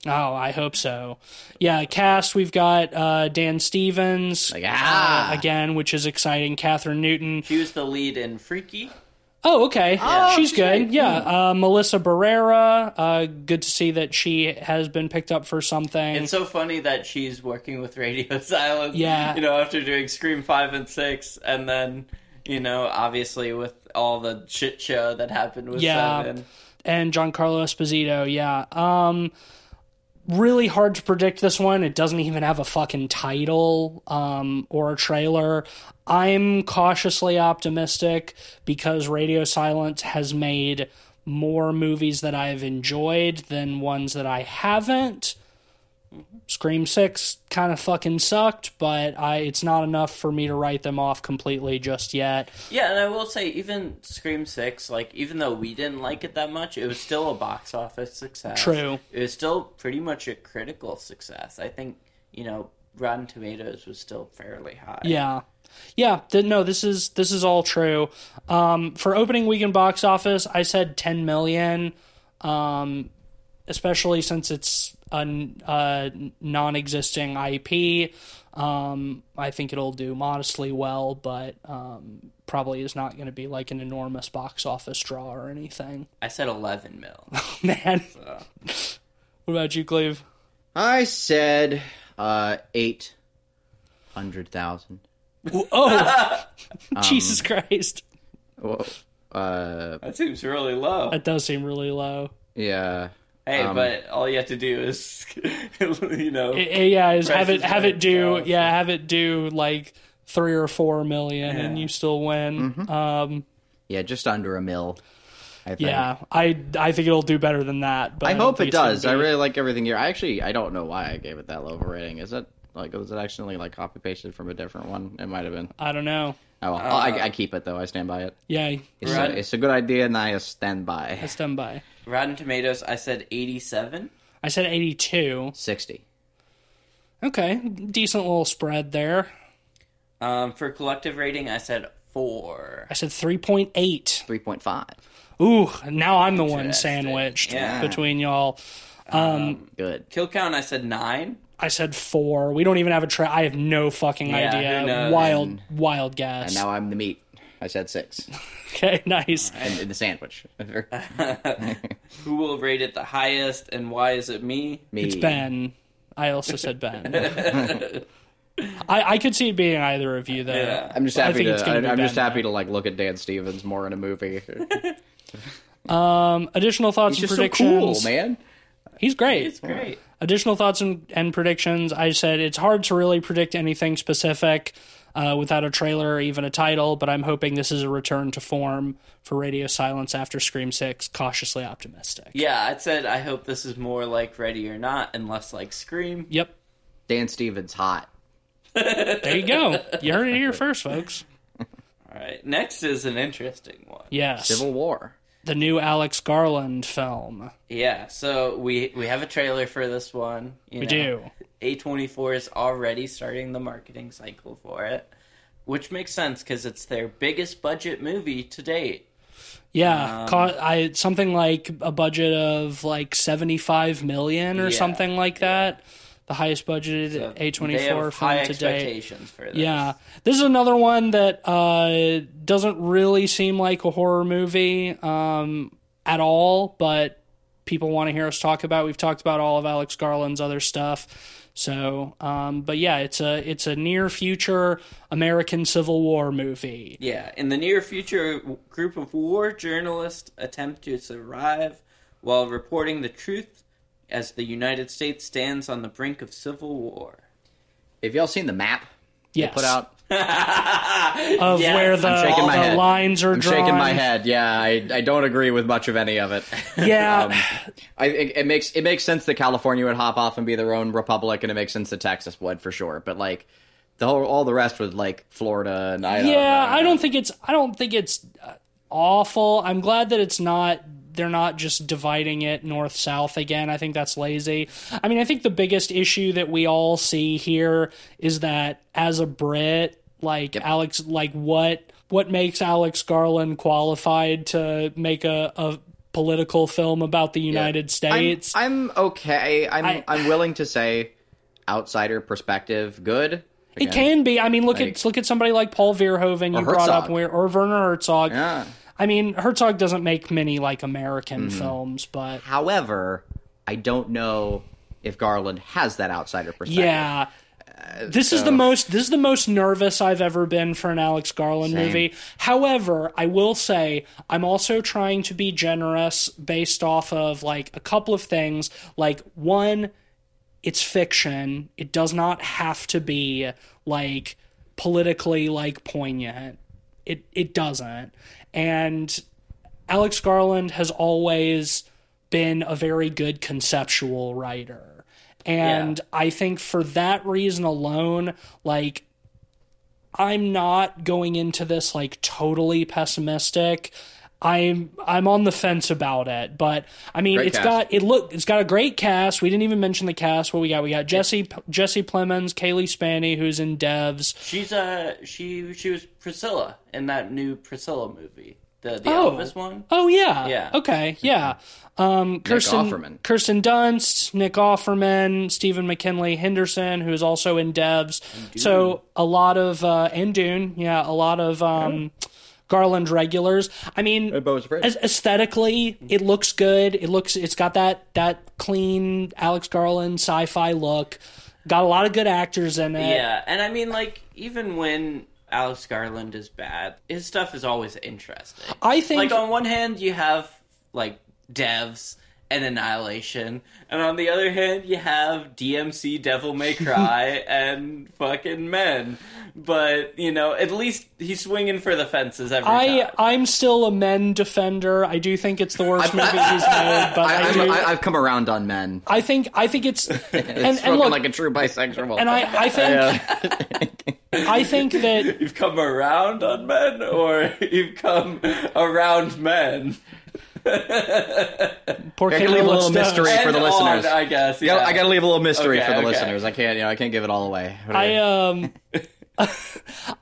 S1: Oh, I hope so. Yeah, cast we've got uh, Dan Stevens
S2: Like, ah!
S1: uh, again, which is exciting. Catherine Newton.
S3: She was the lead in Freaky.
S1: Oh, okay, she's
S2: great.
S1: good. Yeah, uh, Melissa Barrera. Uh, good to see that she has been picked up for something.
S3: It's so funny that she's working with Radio [LAUGHS] Silence.
S1: Yeah.
S3: You know, after doing Scream 5 and 6, and then, you know, obviously with all the shit show that happened with
S1: Yeah.
S3: 7.
S1: and Giancarlo Esposito. Yeah. Um, really hard to predict this one. It doesn't even have a fucking title um, or a trailer. I'm cautiously optimistic because Radio Silence has made more movies that I've enjoyed than ones that I haven't. Scream 6 kind of fucking sucked, but I it's not enough for me to write them off completely just yet.
S3: Yeah, and I will say, even Scream 6, like, even though we didn't like it that much, it was still a box office success.
S1: True.
S3: It was still pretty much a critical success. I think, you know, Rotten Tomatoes was still fairly high.
S1: Yeah. Yeah, th- no, this is this is all true. Um, for opening weekend box office, I said 10 million, um, especially since it's a, n- a non-existing IP. Um, I think it'll do modestly well, but um, probably is not going to be like an enormous box office draw or anything. [LAUGHS]
S3: I said 11 mil.
S1: Man, what about you, Cleve?
S2: I said uh, eight hundred thousand.
S1: Oh, [LAUGHS] Jesus Christ!
S2: Uh,
S3: [LAUGHS] that seems really low.
S1: That does seem really low.
S2: yeah.
S3: Hey,
S2: Um,
S3: but all you have to do is, [LAUGHS] you know,
S1: It- it- yeah, is
S3: Price
S1: have it
S3: is
S1: have
S3: Right
S1: it do
S3: stuff.
S1: yeah have it do like three or four million and
S3: Yeah.
S1: you still win.
S2: Mm-hmm.
S1: Um,
S2: Yeah, just under a mil. I think.
S1: yeah, I I think it'll do better than that. But
S2: I
S1: don't
S2: hope
S1: think
S2: it
S1: it's gonna
S2: does. I
S1: be-
S2: really like everything here. I actually I don't know why I gave it that low of a rating. Is it like was it accidentally like copy pasted from a different one? It might have been.
S1: I don't know.
S2: Oh, well, I,
S1: Uh,
S2: I keep it though. I stand by it.
S1: Yeah,
S2: It's,
S3: Right.
S2: a, it's a good idea, and I stand by
S1: I stand by.
S3: Rotten Tomatoes, I said 87.
S1: I said eighty two.
S2: sixty.
S1: Okay, decent little spread there.
S3: Um, for collective rating, I said 4.
S1: I said three point eight.
S2: 3.5.
S1: Ooh, now I'm the one
S3: Interesting.
S1: sandwiched
S3: Yeah.
S1: between y'all.
S2: Good.
S3: Kill count, I said 9.
S1: I said four. We don't even have a tra I have no fucking
S3: Yeah, who
S1: idea.
S3: knows?
S1: Wild, wild guess.
S2: And now I'm the meat. I said six.
S1: okay, [LAUGHS] nice.
S2: and, and the sandwich. Uh,
S3: Who will rate it the highest, and why is it me?
S2: Me.
S1: It's Ben. I also said Ben. [LAUGHS] I, I could see it being either of you though.
S3: Yeah.
S2: I'm just
S1: I
S2: happy
S1: think it's
S2: to.
S1: gonna
S2: I,
S1: be
S2: I'm
S1: Ben,
S2: just happy
S1: though.
S2: to like look at Dan Stevens more in
S1: [LAUGHS]
S2: a movie.
S1: Um, additional thoughts
S2: He's
S1: and
S2: just so cool,
S1: predictions.
S2: man.
S1: He's great.
S3: It's great.
S1: Additional thoughts and, and predictions. I said it's hard to really predict anything specific uh, without a trailer or even a title, but I'm hoping this is a return to form for Radio Silence after Scream Six. Cautiously optimistic.
S3: Yeah, I said I hope this is more like Ready or Not and less like Scream.
S1: Yep.
S2: Dan Stevens hot.
S1: There you go. You heard it
S2: [LAUGHS]
S1: here first, folks.
S3: All right, next is an interesting one.
S1: Yes.
S2: Civil War.
S1: The new Alex Garland film.
S3: Yeah, so we we have a trailer for this one. You
S1: We
S3: know.
S1: do.
S3: A24 is already starting the marketing cycle for it, which makes sense because it's their biggest budget movie to date.
S1: Yeah,
S3: Um,
S1: co- I something like a budget of like seventy five million or
S3: Yeah,
S1: something like that. The highest budgeted A twenty
S3: They
S1: four
S3: have high
S1: film to date.
S3: expectations for this.
S1: Yeah, this is another one that uh, doesn't really seem like a horror movie um, at all, but people want to hear us talk about. We've talked about all of Alex Garland's other stuff. So, um, but yeah, it's a it's a near future American Civil War movie.
S3: Yeah, in the near future, a group of war journalists attempt to survive while reporting the truth as the United States stands on the brink of civil war.
S2: Have y'all seen the map
S1: Yes.
S2: put out?
S1: of
S3: Yes.
S1: where
S3: I'm
S1: the,
S2: shaking my
S1: the
S2: head.
S1: lines are
S2: I'm
S1: drawn.
S2: shaking my head. Yeah, I, I don't agree with much of any of it. [LAUGHS]
S1: Yeah,
S2: Um, I think it makes it makes sense that California would hop off and be their own republic, and it makes sense that Texas would for sure. But like the whole, all the rest was like Florida and Idaho.
S1: yeah. I don't think it's. I don't think it's uh, awful. I'm glad that it's not. They're not just dividing it north south again. I think that's lazy. I mean, I think the biggest issue that we all see here is that as a Brit, like Alex, like what what makes Alex Garland qualified to make a, a political film about the United
S2: I'm,
S1: States?
S2: I'm okay. I'm I,
S1: I-
S2: am i am willing to say outsider perspective good.
S1: It can be. I mean, look
S2: Like-
S1: at look at somebody like Paul Verhoeven you
S2: Or
S1: brought up,
S2: Herzog.
S1: where or Werner Herzog.
S2: Yeah. Mm-hmm.
S1: I mean, Herzog doesn't make many like American films, but
S2: However, I don't know if Garland has that outsider perspective.
S1: yeah,
S2: uh,
S1: this is the most this is the most nervous I've ever been for an Alex Garland
S2: Same.
S1: movie. However, I will say I'm also trying to be generous based off of like a couple of things. Like one, it's fiction; it does not have to be like politically like poignant. It it doesn't, and Alex Garland has always been a very good conceptual writer. And I think for that reason alone, like, I'm not going into this like totally pessimistic. I'm I'm on the fence about it, but I mean
S2: Great
S1: it's
S2: cast.
S1: got it look it's got a great cast. We didn't even mention the cast. What we got? We got Jesse Jesse Plemons, Kaylee Spanny, who's in Devs.
S3: She's uh she she was Priscilla in that new Priscilla movie, the the
S1: Oh.
S3: Elvis one.
S1: Oh yeah.
S3: Yeah.
S1: Okay. Yeah. Um, Kirsten
S2: Offerman.
S1: Kirsten Dunst, Nick Offerman, Stephen McKinley Henderson, who is also in Devs. So a lot of uh, and Dune. Yeah, a lot of um, Garland regulars. I mean,
S2: But I was afraid.
S1: as- aesthetically, it looks good. It looks it's got that that clean Alex Garland sci-fi look. Got a lot of good actors in it.
S3: Yeah, and I mean like even when Alex Garland is bad, his stuff is always interesting.
S1: I think
S3: Like
S2: oh
S3: on one hand you have like devs and annihilation, and on the other hand you have DMC Devil
S1: [LAUGHS]
S3: May Cry and fucking men. But you know, at least he's swinging for the fences every
S1: I
S3: time.
S1: I'm still a men defender. I do think it's the worst movie he's
S2: [LAUGHS]
S1: made, but
S2: I,
S1: I,
S2: I'm,
S1: do.
S2: I,
S1: I,
S2: I've come around on men.
S1: think I think it's and,
S2: [LAUGHS] It's
S1: and
S2: spoken
S1: look,
S2: like a true bisexual.
S1: and
S2: [LAUGHS]
S1: I I think I think that
S3: You've come around on men, or [LAUGHS] you've come around men.
S1: poor
S2: I
S1: Kaylee
S2: can leave a
S1: looks
S2: little mystery
S1: down.
S2: for the
S3: And
S2: listeners.
S3: on, I guess.
S2: Yeah,
S3: Yeah.
S2: I gotta leave a little mystery
S3: Okay,
S2: for the
S3: okay.
S2: listeners. I can't, you know, I can't give it all away.
S1: I um [LAUGHS]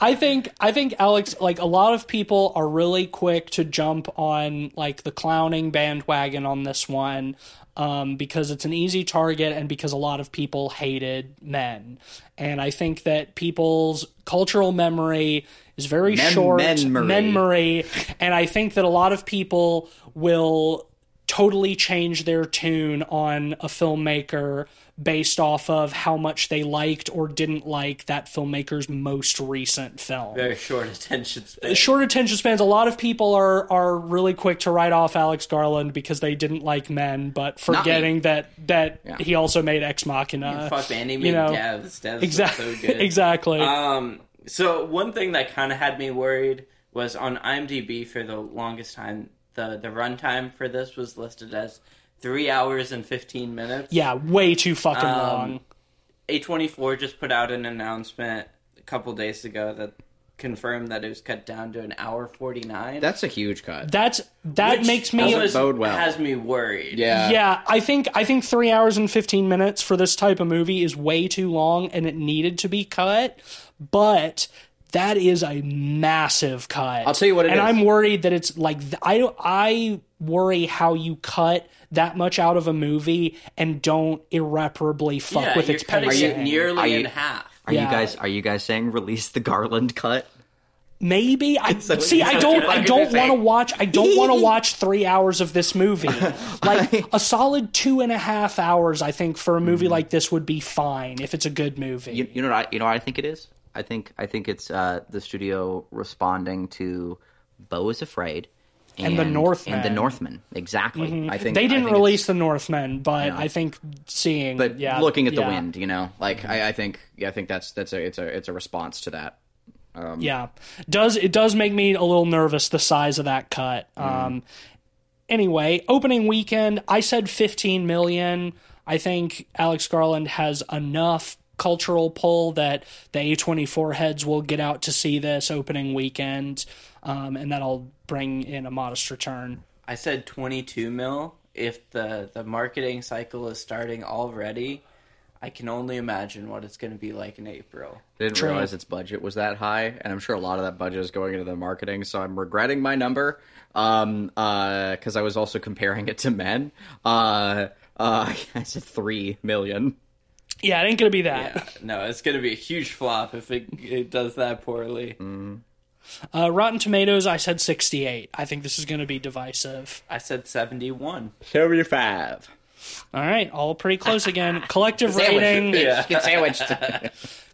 S1: I think I think Alex like a lot of people are really quick to jump on like the clowning bandwagon on this one um because it's an easy target and because a lot of people hated men. And I think that people's cultural memory is very
S2: Mem-
S1: short
S2: memory.
S1: memory and I think that a lot of people will totally change their tune on a filmmaker based off of how much they liked or didn't like that filmmaker's most recent film.
S3: Very short attention span.
S1: Short attention spans. A lot of people are are really quick to write off Alex Garland because they didn't like Men, but
S2: me.
S1: forgetting that that
S2: Yeah.
S1: he also made Ex Machina.
S3: Fuck man, he
S1: you
S3: made
S1: know,
S3: devs. Devs
S1: exactly.
S3: was so
S1: [LAUGHS]
S3: good.
S1: exactly.
S3: Um, so one thing that kind of had me worried was on IMDb for the longest time, the the runtime for this was listed as three hours and fifteen minutes.
S1: yeah, way too fucking
S3: um,
S1: long.
S3: A24 just put out an announcement a couple days ago that confirmed that it was cut down to an hour 49.
S2: That's a huge cut.
S1: That's that
S3: which
S1: makes me
S2: doesn't bode well.
S3: has me worried.
S2: yeah.
S1: yeah i think i think three hours and 15 minutes for this type of movie is way too long and it needed to be cut but that is a massive cut i'll
S2: tell you what it
S1: and
S2: is.
S1: i'm worried that it's like th- i i worry how you cut that much out of a movie and don't irreparably fuck
S3: Yeah,
S1: with
S3: you're
S1: its
S3: cutting it
S1: pacing
S2: are
S3: nearly
S2: you-
S3: in half.
S2: Are
S1: Yeah.
S2: you guys? Are you guys saying release the Garland cut?
S1: maybe i see i
S2: so
S1: don't
S2: you're
S1: i
S2: gonna
S1: don't
S2: say-
S1: want to watch i
S2: [LAUGHS]
S1: don't want to watch three hours of this movie like a solid two and a half hours i think for a
S2: Mm-hmm.
S1: movie like this would be fine if it's a good movie
S2: You, you know what? I, you know what I think it is. I think I think it's uh, the studio responding to Bo is afraid and,
S1: the Northman. Mm-hmm.
S2: and the Northman. Exactly. I think
S1: they
S2: I
S1: didn't
S2: think it's-
S1: release the northmen but i think seeing
S2: but
S1: yeah,
S2: looking at the
S1: yeah.
S2: wind, you know, like I, I think, yeah, I think that's that's a it's a it's a response to that.
S1: Um, yeah, does it does make me a little nervous the size of that cut. Um, anyway, opening weekend, I said 15 million. I think Alex Garland has enough cultural pull that the A24 heads will get out to see this opening weekend, um, and that'll bring in a modest return.
S3: I said 22 mil. If the, the marketing cycle is starting already, I can only imagine what it's going to be like in April.
S2: Didn't
S1: True.
S2: realize its budget was that high, and I'm sure a lot of that budget is going into the marketing. So I'm regretting my number, um, uh, because I was also comparing it to men. Uh, uh, [LAUGHS] I said three million.
S1: Yeah, it ain't gonna be that.
S3: Yeah, no, it's going to be a huge flop if it, it does that poorly.
S1: Uh, Rotten Tomatoes, I said 68. I think this is gonna be divisive.
S3: I said 71.
S2: Seventy-five.
S1: All right, all pretty close again. Collective
S2: Sandwiched.
S1: rating,
S2: Yeah. Get sandwiched.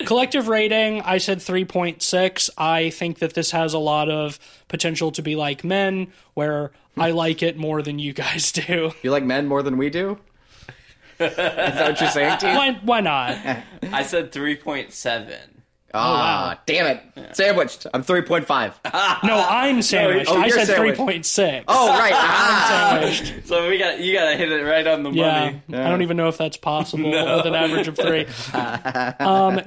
S1: collective rating. I said 3.6. I think that this has a lot of potential to be like Men, where I like it more than you guys do.
S2: you like men more than we do? is that what you're saying, T?
S1: Why? Why not?
S3: I said 3.7.
S2: Ah, damn it. Sandwiched. I'm 3.5.
S1: No, I'm sandwiched.
S2: oh,
S1: I
S2: you're
S1: said
S2: sandwiched.
S1: 3.6.
S2: Oh, right. Ah.
S3: So we got you got to hit it right on the
S1: Yeah,
S3: money.
S1: I don't even know if that's possible with an average of
S2: [LAUGHS]
S1: three. um,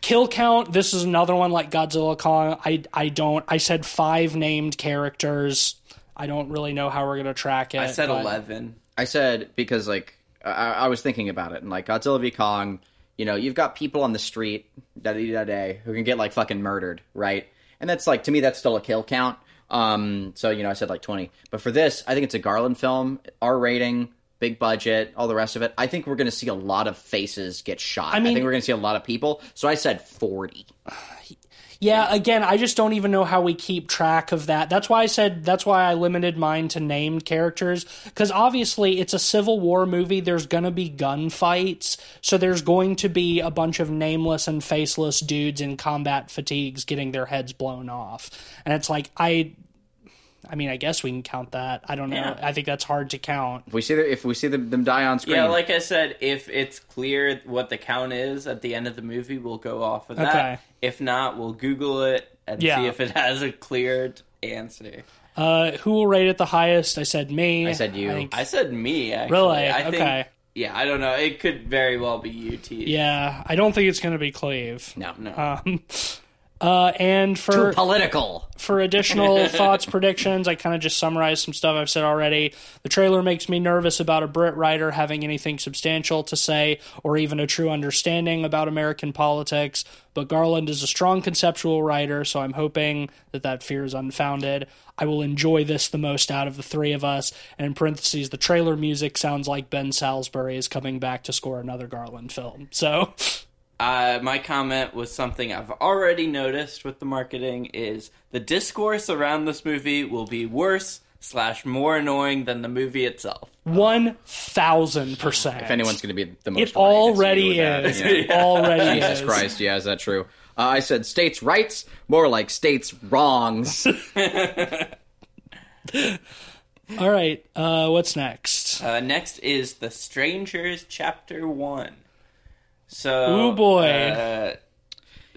S1: kill count. This is another one like Godzilla Kong. I I don't. I said five named characters. I don't really know how we're gonna track it.
S3: I said
S1: but-
S3: 11.
S2: I said because like I, I was thinking about it and like Godzilla v Kong, you know, you've got people on the street da da da da who can get like fucking murdered, right? And that's like to me that's still a kill count. Um, so you know I said like twenty, but for this I think it's a Garland film, R rating, big budget, all the rest of it. I think we're gonna see a lot of faces get shot. I
S1: mean-
S2: think we're gonna see a lot of people. So I said forty.
S1: Yeah, again, I just don't even know how we keep track of that. That's why I said that's why I limited mine to named characters cuz obviously it's a Civil War movie, there's going to be gunfights, so there's going to be a bunch of nameless and faceless dudes in combat fatigues getting their heads blown off. And it's like I I mean, I guess we can count that. I don't know.
S3: Yeah.
S1: I think that's hard to count.
S2: If we see the, if we see them, them die on screen,
S3: Yeah, like I said, if it's clear what the count is at the end of the movie, we'll go off of that.
S1: Okay.
S3: If not, we'll Google it and
S1: Yeah.
S3: see if it has a cleared answer.
S1: Uh, who will rate it the highest? I said me.
S2: I said you.
S1: think-
S3: I said me. Actually.
S1: Really?
S3: I
S1: Okay.
S3: Yeah, I don't know. It could very well be UT.
S1: yeah, I don't think it's going to be Cleve.
S2: no, no,
S1: Um, uh, and for
S2: Too political.
S1: for additional thoughts, predictions, I kind of just summarized some stuff I've said already. The trailer makes me nervous about a Brit writer having anything substantial to say or even a true understanding about American politics, but Garland is a strong conceptual writer, so I'm hoping that that fear is unfounded. I will enjoy this the most out of the three of us. And in parentheses, the trailer music sounds like Ben Salisbury is coming back to score another Garland film. So, [LAUGHS]
S3: Uh, my comment was something I've already noticed with the marketing is the discourse around this movie will be worse slash more annoying than the movie itself.
S1: 1000%.
S2: If anyone's gonna be the most,
S1: It
S2: annoying, it's you
S1: already
S2: with that,
S1: is.
S2: you know?
S1: It already
S2: Jesus
S1: is.
S2: Christ, yeah, is that true? Uh, I said states' rights, more like states'
S1: [LAUGHS]
S2: wrongs.
S1: All right, uh, what's next?
S3: Uh, next is The Strangers Chapter 1. So,
S1: Ooh, boy.
S3: Uh,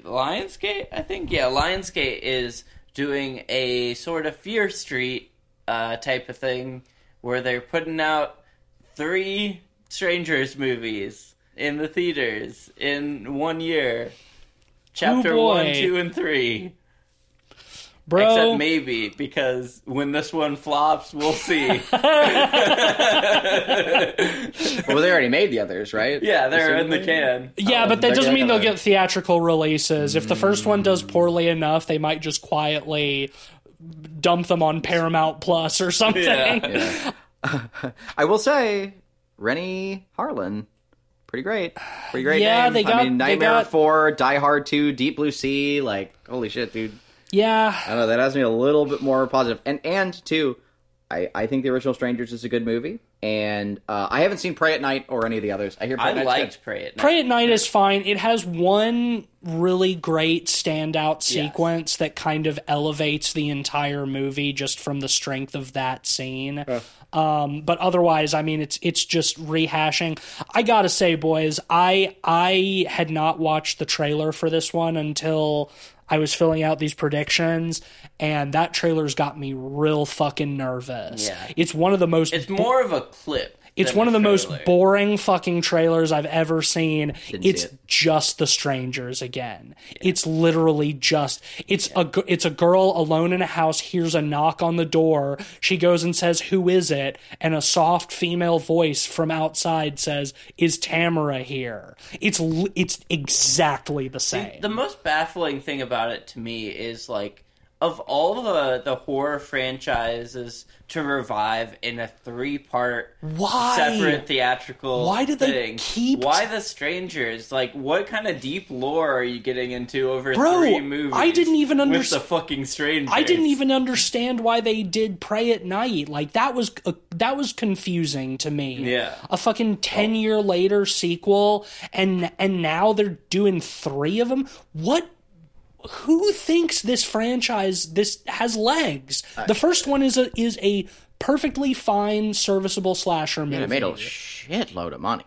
S3: Lionsgate, I think. Yeah, Lionsgate is doing a sort of Fear Street uh, type of thing where they're putting out three Strangers movies in the theaters in one year. Chapter
S1: boy.
S3: 1, 2, and 3. Except
S1: Bro,
S3: maybe, because when this one flops,
S1: [LAUGHS]
S3: we'll see.
S2: well, they already made the others, right?
S3: yeah, they're in the
S2: Presumably?
S3: can.
S1: yeah, but that
S2: Oh, they're
S1: doesn't mean they'll
S2: gonna- Mm.
S1: get theatrical releases. If the first one does poorly enough, they might just quietly dump them on Paramount
S2: [LAUGHS]
S1: Plus or something.
S3: Yeah.
S2: I will say, Rennie Harlan, pretty great, pretty great.
S1: Yeah,
S2: name.
S1: they got-
S2: I mean,
S1: they
S2: Nightmare
S1: got-
S2: Four, Die Hard Two, Deep Blue Sea. Like, holy shit, dude! I
S1: Yeah,
S2: don't know. That has me a little bit more positive. And and two, I I think the original Strangers is a good movie. And uh, I haven't seen Pray at Night or any of the others. I hear Pray
S3: I
S2: at Night's
S3: liked Pray at Night.
S1: Pray at Night is fine. It has one really great standout sequence that kind of elevates the entire movie just from the strength of that scene. Um, but otherwise, I mean, it's it's just rehashing. I gotta say, boys, I I had not watched the trailer for this one until I was filling out these predictions, and that trailer's got me real fucking nervous.
S3: Yeah.
S1: It's one of the most
S3: It's more of a clip.
S1: it's
S3: than
S1: one
S3: a
S1: of the most
S3: trailer.
S1: boring fucking trailers I've ever seen.
S2: see
S1: it's
S2: it.
S1: just The Strangers again. It's literally just it's a g- it's a girl alone in a house hears a knock on the door. She goes and says, "Who is it?" and a soft female voice from outside says, "Is Tamara here?" It's l- it's exactly the same.
S3: The most baffling thing about it to me is like of all the the horror franchises to revive in a three part
S1: Why?
S3: separate theatrical
S1: Why did they
S3: thing,
S1: keep-
S3: why the strangers like what kind of deep lore are you getting into over
S1: Bro,
S3: three movies
S1: I didn't even
S3: with
S1: underst-
S3: the fucking strangers
S1: I didn't even understand why they did pray at night. Like that was uh, that was confusing to me.
S3: Yeah.
S1: a fucking ten year later sequel, and and now they're doing three of them. What? Who thinks this franchise this has legs? The first one is a is a perfectly fine serviceable slasher movie.
S2: They made a shitload of money.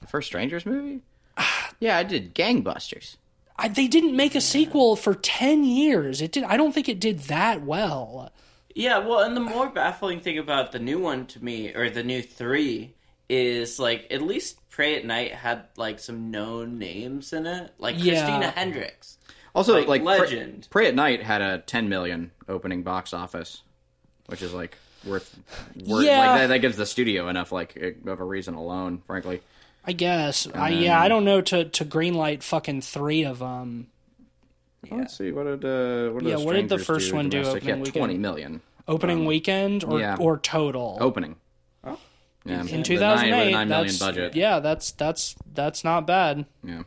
S2: The first Strangers movie? [SIGHS] yeah, I did gangbusters.
S1: I, they didn't make a sequel for ten years. It did. I don't think it did that well.
S3: Yeah, well, and the more baffling thing about the new one to me, or the new three, is like at least Pray at Night had like some known names in it, like
S1: Yeah.
S3: Christina Hendricks.
S2: Also,
S3: Like,
S2: like, Pray-
S3: legend.
S2: Pray, at Night had a 10 million opening box office, which is like worth. worth
S1: Yeah.
S2: like that, that gives the studio enough like of a reason alone. Frankly,
S1: I guess. I, yeah, I don't know to to greenlight fucking three of them.
S2: let's see what did uh, what did
S1: Yeah,
S2: the
S1: what did the
S2: Strangers
S1: first one do
S2: domestic?
S1: opening
S2: Yeah,
S1: weekend?
S2: twenty million
S1: Opening weekend or
S2: Um, yeah.
S1: or total
S2: opening. Oh.
S1: in
S2: Yeah, with a
S1: two
S2: nine-
S1: thousand
S2: with a
S1: eight.
S2: nine million
S1: That's
S2: budget.
S1: yeah, that's that's that's not bad.
S2: yeah.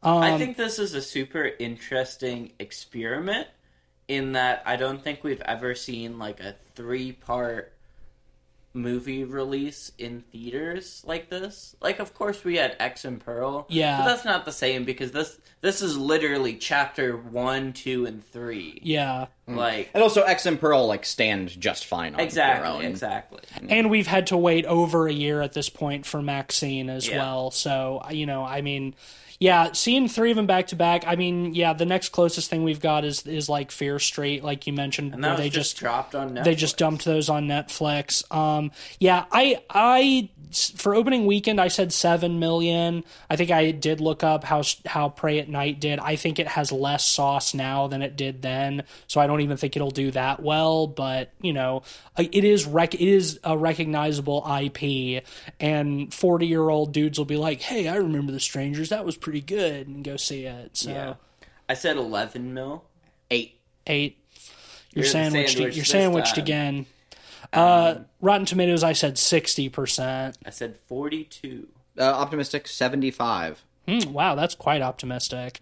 S3: I
S1: Um,
S3: think this is a super interesting experiment in that I don't think we've ever seen like a three part movie release in theaters like this. Like of course we had X and Pearl.
S1: Yeah.
S3: But that's not the same because this this is literally chapter one, two, and three.
S1: Yeah,
S3: Like
S2: And also, X and Pearl like stand just fine on their own.
S3: Exactly, exactly.
S2: Mm.
S1: and we've had to wait over a year at this point for Maxine as
S3: Yeah.
S1: well. So you know, I mean, yeah, seeing three of them back to back. I mean, yeah, the next closest thing we've got is is like Fear Street, like you mentioned,
S3: And that
S1: where
S3: was
S1: they
S3: just,
S1: just
S3: dropped on Netflix.
S1: they just dumped those on Netflix. Um, yeah, I I for opening weekend I said seven million. I think I did look up how how Pray at Night did. I think it has less sauce now than it did then, so I don't even think it'll do that well. But you know, it is rec- it is a recognizable IP, and forty year old dudes will be like, "Hey, I remember The Strangers. That was pretty good," and go see it. So
S3: Yeah. I said eleven mil.
S2: Eight.
S1: eight. You're,
S3: You're the
S1: sandwiched.
S3: sandwich
S1: you're
S3: this
S1: sandwiched
S3: time. Um,
S1: again. uh, Rotten Tomatoes, I said sixty percent.
S3: I said forty two.
S2: Uh, optimistic seventy five.
S1: Hmm, wow, that's quite optimistic.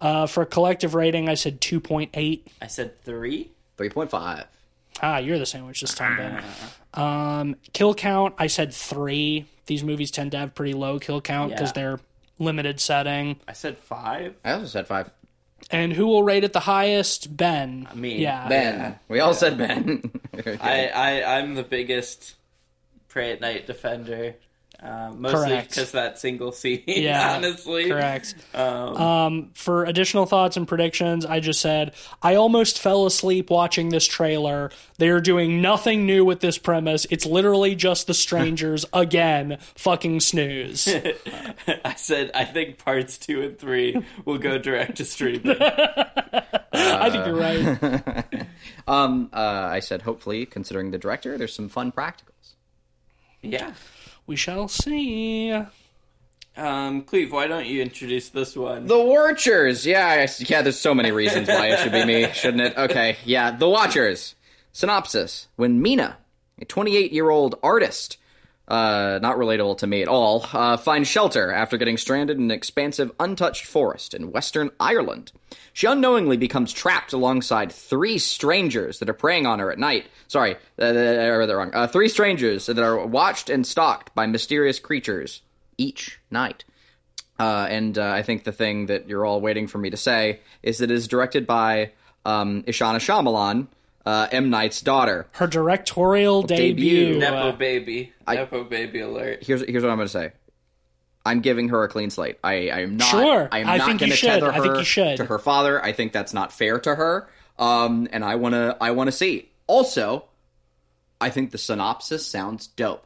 S1: Uh, for a collective rating, I said two point eight.
S3: I said three.
S2: Three point five.
S1: Ah, you're the sandwich this time,
S3: [CLEARS THROAT]
S1: Ben. Um, kill count, I said three. These movies tend to have pretty low kill count because
S3: Yeah.
S1: they're limited setting.
S3: I said five.
S2: I also said five.
S1: And who will rate it the highest? Ben. I
S3: mean,
S1: yeah,
S2: Ben. We all said Ben. [LAUGHS]
S3: I, I I'm the biggest pray at night defender. Uh, mostly
S1: Correct.
S3: because that single scene. [LAUGHS]
S1: Yeah,
S3: honestly,
S1: correct.
S3: Um,
S1: for additional thoughts and predictions, I just said I almost fell asleep watching this trailer. They are doing nothing new with this premise. It's literally just the strangers again. Fucking snooze.
S3: I said I think parts two and three will go direct to streaming.
S1: [LAUGHS] I think you're right.
S2: um. Uh. I said hopefully, considering the director, there's some fun practicals.
S3: yeah.
S1: We shall see.
S3: Um, Cleve, why don't you introduce this one?
S2: The Watchers. Yeah. I s yeah. There's so many reasons why it should be me, shouldn't it? Okay. Yeah. The Watchers. Synopsis: When Mina, a 28 year old artist, uh, not relatable to me at all, uh, finds shelter after getting stranded in an expansive, untouched forest in Western Ireland. She unknowingly becomes trapped alongside three strangers that are preying on her at night. Sorry, uh, I read that wrong. Uh, three strangers that are watched and stalked by mysterious creatures each night. Uh, and uh, I think the thing that you're all waiting for me to say is that it is directed by um, Ishana Shyamalan, uh, M. Knight's daughter.
S1: Her directorial
S2: Debut.
S1: debut.
S3: Nepo
S1: uh,
S3: baby.
S2: I-
S3: Nepo baby alert.
S2: Here's here's what I'm going to say. I'm giving her a clean slate. I I'm not.
S1: Sure.
S2: I'm
S1: I
S2: not
S1: think you
S2: going to
S1: should.
S2: tether
S1: I think
S2: her
S1: you should.
S2: to her father. I think that's not fair to her. Um, and I want to I want to see. Also, I think the synopsis sounds dope.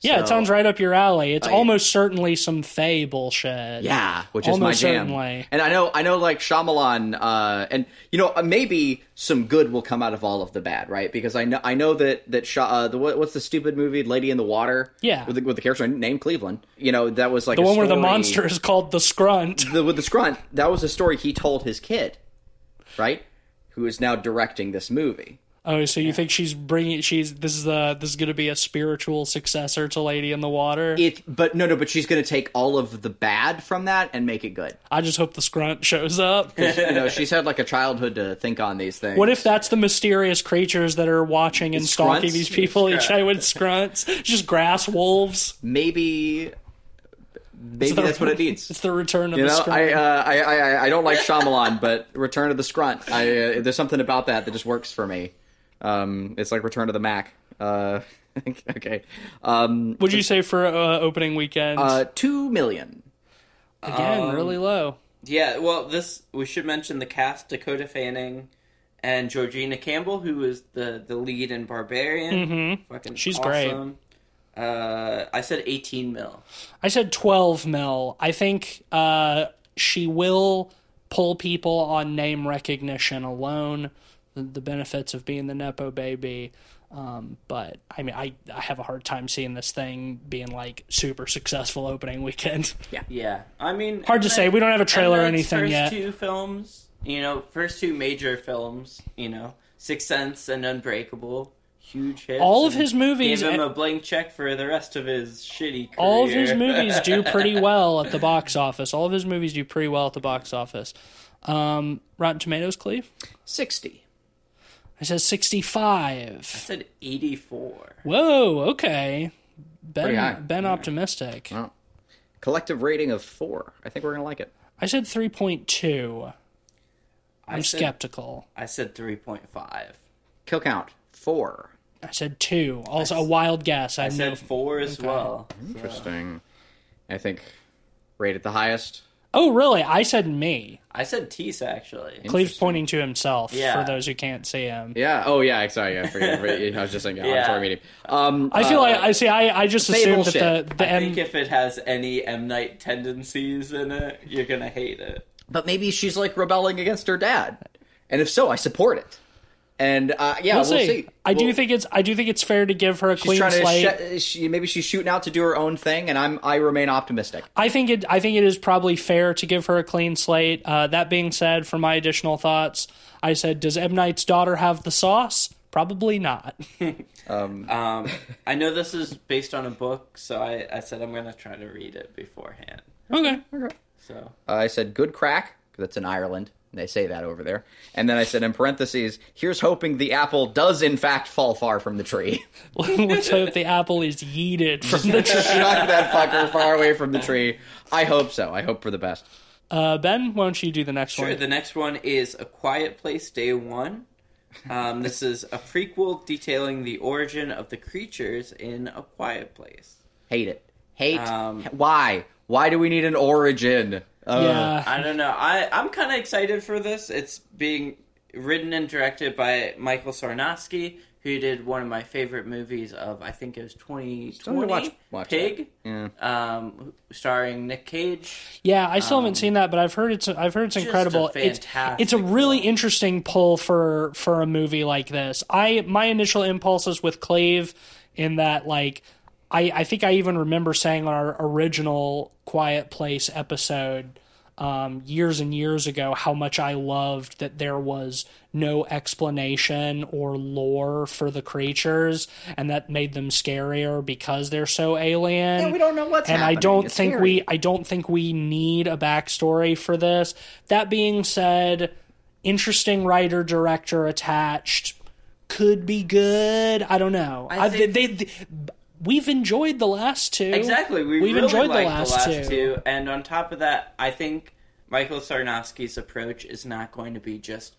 S1: yeah, it
S2: so-
S1: sounds right up your alley. It's almost certainly some Fey bullshit.
S2: Yeah, which
S1: Almost
S2: is my jam.
S1: certainly.
S2: And I know, I know, like Shyamalan, uh, and you know, uh, maybe some good will come out of all of the bad, right? Because I know, I know that that Sha, uh, the what, what's the stupid movie, Lady in the Water?
S1: Yeah.
S2: with the, with the character named Cleveland. You know, that was like
S1: The
S2: a
S1: one where the
S2: story-
S1: monster is called the Scrunt.
S2: [LAUGHS] the, with the scrunt. That was a story he told his kid, right? Who is now directing this movie?
S1: Oh, so you think she's bringing? She's this is the this is going to be a spiritual successor to Lady in the Water.
S2: It, but no, no, but she's going to take all of the bad from that and make it good.
S1: I just hope the Scrunt shows up. [LAUGHS]
S2: You know, she's had like a childhood to think on these things.
S1: What if that's the mysterious creatures that are watching and stalking
S2: Scrunts?
S1: these people each night with scrunts? [LAUGHS] Just grass wolves.
S2: maybe maybe that's what it
S1: [LAUGHS]
S2: needs.
S1: It's the return of
S2: You
S1: the
S2: know, I,
S1: scrunt.
S2: uh, I I I- I don't like Shyamalan, but Return of the Scrunt. I uh, there's something about that that just works for me. Um, it's like Return of the Mac. Uh, [LAUGHS] okay, um,
S1: Would you say for uh, opening weekend?
S2: uh, um, two million.
S1: Again, really low.
S3: Yeah, well, this we should mention the cast: Dakota Fanning and Georgina Campbell, who was the the lead in Barbarian. Fucking
S1: Mm-hmm. She's
S3: awesome. great. Uh, I said eighteen mil.
S1: I said 12 mil. I think uh, she will pull people on name recognition alone, the, the benefits of being the Nepo baby. Um, but I mean, I, I have a hard time seeing this thing being like super successful opening
S2: [LAUGHS]
S1: weekend.
S3: Yeah, I mean,
S1: Hard to
S3: M.
S1: say.
S3: Night-
S1: We don't have a trailer or
S3: M. Night's
S1: anything
S3: first
S1: yet.
S3: Two films, you know, first two major films, you know, Six Sense and Unbreakable, huge hits.
S1: All of
S3: and
S1: his movies,
S3: Gave him a blank check for the rest of his shitty. Career.
S1: all of his
S3: [LAUGHS]
S1: movies do
S2: [LAUGHS]
S1: pretty well at the box office. All of his movies do pretty well at the box office. Um, Rotten Tomatoes, Cleve.
S2: Sixty.
S1: I said 65.
S3: I said eighty-four.
S1: Whoa, okay. Ben,
S2: Pretty high.
S1: ben optimistic.
S2: Oh. Collective rating of four. I think we're gonna like it.
S1: I said 3.2. I'm
S3: said-
S1: skeptical.
S3: I said three point five.
S2: Kill count four.
S1: I said 2. Also, a wild guess. I,
S3: I
S1: know.
S3: said four as well.
S2: Interesting. I think rated the highest.
S1: Oh, really? I said me.
S3: I said tease actually.
S1: Cleve's pointing to himself
S3: Yeah.
S1: for those who can't see him.
S2: Yeah. Oh yeah. Sorry.
S1: [LAUGHS]
S2: I forget. I was just thinking.
S3: Yeah.
S2: I'm sorry, meeting. Um,
S1: I feel like I see. I, I just
S2: Fable
S1: assumed that
S2: shit.
S1: the, the
S3: I
S1: M.
S3: think if it has any M Night tendencies in it, you're gonna hate it.
S2: but maybe she's like rebelling against her dad, and if so, I support it. And uh, yeah,
S1: We'll
S2: we'll,
S1: see. I do
S2: We'll-
S1: think it's. I do think it's fair to give her a
S2: she's
S1: clean
S2: trying
S1: slate.
S2: to. Sh- she, maybe she's shooting out to do her own thing, and I'm. I remain optimistic.
S1: I think it. I think it is probably fair to give her a clean slate. Uh, that being said, for my additional thoughts, I said, does M Knight's daughter have the sauce? Probably not.
S3: Um, I know this is based on a book, so I, I said I'm gonna try to read it beforehand.
S1: Okay.
S3: So
S2: I said good crack because it's in Ireland. and They say that over there. And then I said in parentheses, here's hoping the apple does in fact fall far from the tree.
S1: [LAUGHS]
S2: [LAUGHS]
S1: Let's hope the apple is yeeted from the. Tr-
S2: Knock that fucker far away from the tree. I hope so. I hope for the best.
S1: uh, ben, why don't you do the next
S3: sure,
S1: one?
S3: the next one is A Quiet Place Day One. Um, this is a prequel detailing the origin of the creatures in A Quiet Place.
S2: Hate it. Hate.
S3: Um,
S2: Why? Why do we need an origin? Uh,
S1: yeah.
S3: I don't know. I I'm kind of excited for this. It's being written and directed by Michael Sarnowski, who did one of my favorite movies of I think it was 2020,
S2: watch- watch
S3: Pig,
S2: Yeah.
S3: um, starring Nick Cage.
S1: Yeah, I still haven't seen that, but I've heard it's I've heard it's
S3: Um, just a
S1: incredible. It's it's a
S3: fantastic
S1: really
S3: film.
S1: interesting pull for for a movie like this. I my initial impulse is with Clave in that like I I think I even remember saying on our original Quiet Place episode um, years and years ago how much I loved that there was no explanation or lore for the creatures, and that made them scarier because they're so alien.
S2: Yeah, we don't know what's
S1: and I
S2: happening.
S1: don't
S2: It's
S1: think
S2: scary.
S1: we I don't think we need a backstory for this. That being said, interesting writer director attached could be good. I don't know. I
S3: think-
S1: they, they- we've enjoyed the last two.
S3: Exactly. We really enjoyed the last, two. And on top of that, I think Michael Sarnowski's approach is not going to be just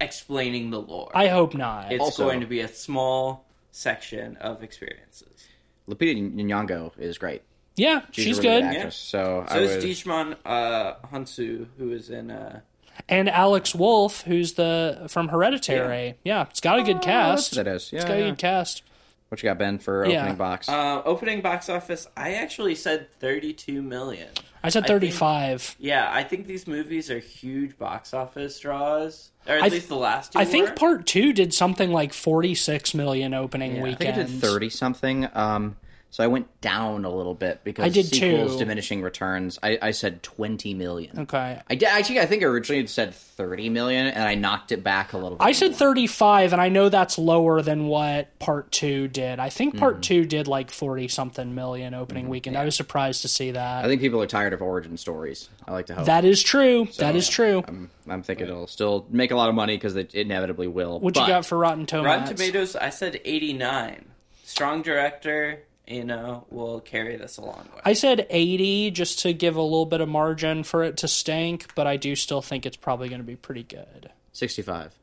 S3: explaining the lore.
S1: I hope not.
S3: it's
S2: Also-
S3: going to be a small section of experiences.
S2: Lupita Nyong'o is great.
S1: yeah, she's,
S2: a really
S1: good.
S2: actress, So,
S3: So
S2: I
S3: is
S2: would-
S3: Dishman uh, Hansu, who is in. Uh,
S1: And Alex Wolf, who's the from Hereditary. Yeah, it's got a good
S2: Oh,
S1: cast.
S2: that's what that is. Yeah,
S1: It's got a
S2: yeah.
S1: good cast.
S2: What you got, Ben, for
S1: Yeah.
S2: opening box?
S3: uh, opening box office, I actually said 32 million.
S1: I said
S3: I think-
S1: 35.
S3: Yeah, I think these movies are huge box office draws, or at
S1: I th-
S3: least the last two.
S1: I
S3: were.
S1: think part two did something like 46 million opening
S3: Yeah, I
S1: weekend.
S2: I think I did thirty something. Um, so I went down a little bit because
S1: I did
S2: sequels
S1: too.
S2: diminishing returns. I, I said twenty million.
S1: Okay.
S2: I did, actually I think originally it said thirty million, and I knocked it back a little. bit.
S1: I said 35, and I know that's lower than what part two did. I think
S2: Mm-hmm.
S1: part two did like 40 something million opening weekend. I was surprised to see that.
S2: I think people are tired of origin stories. I like to hope.
S1: that is true. that is true.
S2: I'm, I'm thinking it'll still make a lot of money because it inevitably will.
S1: what
S2: but
S1: you got for Rotten
S3: Rotten
S1: Tomatoes?
S3: Tomatoes, I said 89. Strong director, you know, will carry this a long way.
S1: I said 80 just to give a little bit of margin for it to stink, but I do still think it's probably going to be pretty good.
S2: Sixty-five.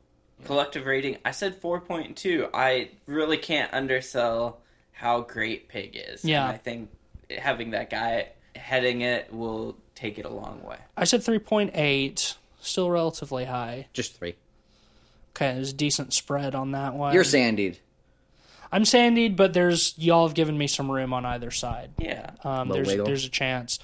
S3: Collective rating, I said 4.2. I really can't undersell how great Pig is. and
S1: Yeah.
S3: I think having that guy heading it will take it a long way.
S1: I said 3.8, still relatively high.
S2: Just three.
S1: Okay, there's a decent spread on that one.
S2: You're sandied.
S1: I'm sandied, but there's y'all have given me some room on either side.
S3: Yeah.
S1: Um,
S2: Little
S1: there's
S2: wiggle.
S1: there's a chance.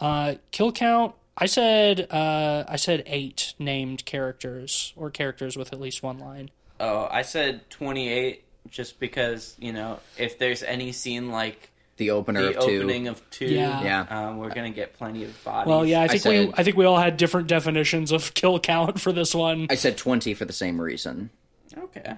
S1: Uh, kill count. I said uh, I said eight named characters or characters with at least one line.
S3: Oh, I said 28 just because, you know, if there's any scene like
S2: The opener
S3: the
S2: of two.
S3: opening of two,
S1: Yeah.
S2: Yeah.
S3: Um, we're going to get plenty of bodies.
S1: Well, yeah, I
S2: I
S1: think we
S2: said-
S1: I think we all had different definitions of [LAUGHS] kill count for this one.
S2: I said twenty for the same reason.
S3: Okay.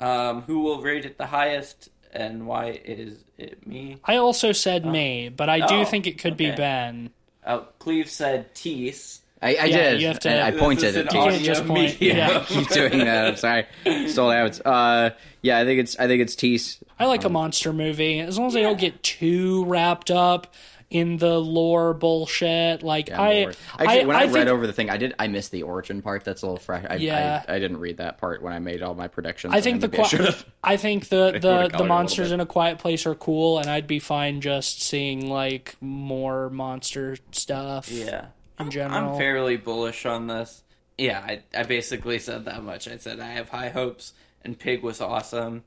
S3: Um, who will rate it the highest, and why is it me?
S1: I also said me, but I do
S3: Oh,
S1: think it could be
S3: okay.
S1: Ben.
S3: Uh, Cleve said Tease.
S2: I, I
S1: Yeah,
S2: did.
S1: you have to-
S2: and I
S1: This
S2: pointed at
S3: This is an
S2: you.
S1: can't
S3: audio
S1: just point.
S3: medium.
S1: Yeah.
S2: [LAUGHS]
S3: [LAUGHS]
S2: keep doing that. I'm sorry. Stole habits. Uh, yeah, I think it's I think it's Tease.
S1: I like a
S2: Um,
S1: monster movie as long as I don't get too wrapped up in the lore bullshit. Like
S2: I'm
S1: I,
S2: bored. Actually, when I, read
S1: think-
S2: over the thing, I did I missed the origin part. That's a little fresh. I,
S1: Yeah.
S2: I, I didn't read that part when I made all my predictions.
S1: I think the
S2: and maybe I
S1: qui-
S2: should've.
S1: [LAUGHS] I think the the,
S2: colored it
S1: the
S2: a
S1: monsters
S2: little
S1: in a quiet place are cool, and I'd be fine just seeing like more monster stuff.
S3: Yeah. I'm-
S1: general.
S3: I'm fairly bullish on this. Yeah, I, I basically said that much. I said I have high hopes, and Pig was awesome.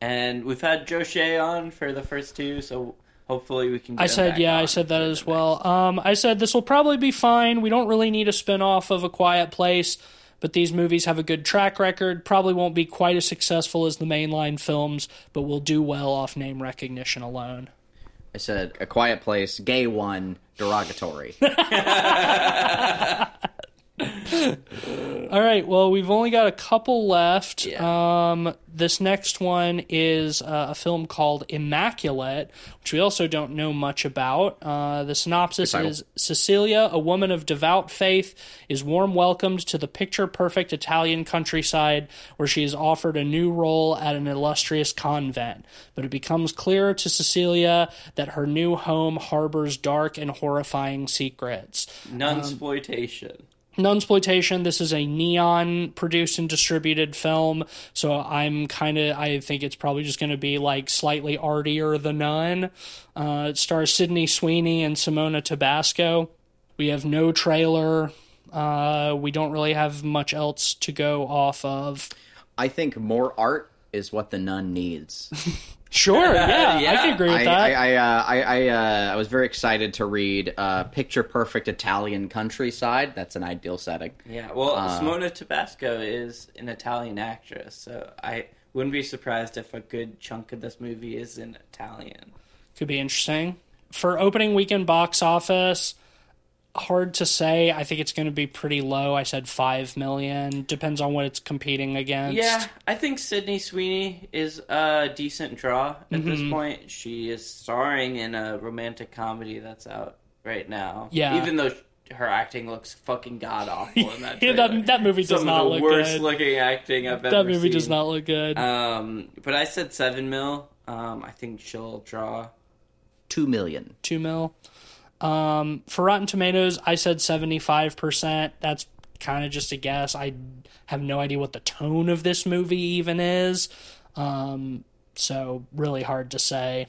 S3: And we've had Joe Shea on for the first two, so hopefully we can get
S1: I
S3: him
S1: said
S3: back
S1: yeah, I
S3: on
S1: said that
S3: for
S1: as
S3: the
S1: well. Um, I said this will probably be fine. We don't really need a spin off of a quiet place. But these movies have a good track record. Probably won't be quite as successful as the mainline films, but will do well off name recognition alone.
S2: I said a quiet place, gay one,
S1: [LAUGHS]
S2: derogatory.
S1: All right. Well, we've only got a couple left.
S3: Yeah.
S1: Um, this next one is uh, a film called Immaculate, which we also don't know much about. Uh, the synopsis
S2: title.
S1: is Cecilia, a woman of devout faith, is warm welcomed to the picture perfect Italian countryside where she is offered a new role at an illustrious convent. But it becomes clearer to Cecilia that her new home harbors dark and horrifying secrets
S3: Nunsploitation.
S1: nunsploitation this is a neon produced and distributed film so i'm kind of i think it's probably just going to be like slightly artier the nun uh, it stars sydney sweeney and simona tabasco we have no trailer uh, we don't really have much else to go off of
S2: I think more art is what the nun needs. [LAUGHS]
S1: sure yeah, i
S3: Yeah.
S1: can agree with
S2: I
S1: that
S2: I I, uh, I, I, uh, I was very excited to read uh, picture perfect Italian countryside. That's an ideal setting.
S3: Yeah, well, Simona Tabasco is an Italian actress, so I wouldn't be surprised if a good chunk of this movie is in Italian.
S1: could be interesting for opening weekend box office hard to say i think it's going to be pretty low i said 5 million depends on what it's competing against
S3: Yeah, I think Sydney Sweeney is a decent draw at
S1: Mm-hmm.
S3: this point. She is starring in a romantic comedy that's out right now.
S1: Yeah.
S3: even though her acting looks fucking god awful in that.
S1: [LAUGHS] Yeah,
S3: trailer.
S1: that, that movie does
S3: Some
S1: not
S3: of the
S1: look
S3: worst
S1: good
S3: looking acting I've
S1: that
S3: ever
S1: movie does
S3: seen.
S1: not look good
S3: Um, but I said seven mil. Um, I think she'll draw.
S2: Two million.
S1: two mil. Um, for Rotten Tomatoes, I said seventy five percent. That's kind of just a guess. I have no idea what the tone of this movie even is. Um, so really hard to say.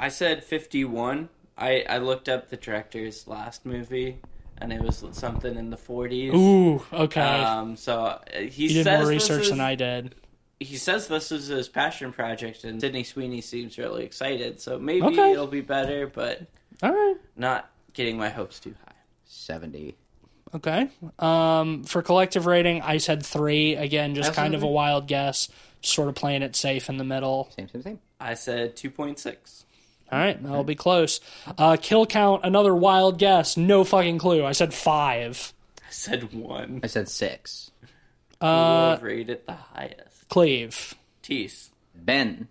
S3: I said 51. I, I looked up the director's last movie, and it was something in the 40s.
S1: Ooh, okay.
S3: Um, so uh, he
S1: you did
S3: says
S1: more
S3: this
S1: research
S3: is-
S1: than I did.
S3: He says this is his passion project, and Sydney Sweeney seems really excited. So maybe
S1: Okay.
S3: it'll be better, but
S1: All right.
S3: not getting my hopes too high.
S2: Seventy.
S1: Okay. Um, for collective rating, I said three. Again, just kind of a
S3: Absolutely.
S1: wild guess, sort of playing it safe in the middle.
S2: Same, same, same.
S3: I said 2.6.
S1: All right, that'll be close. Uh, kill count, another wild guess. No fucking clue. I said five.
S3: I said 1.
S2: I said six.
S3: Uh, rate it the highest.
S1: Cleave.
S3: Tease.
S2: Ben.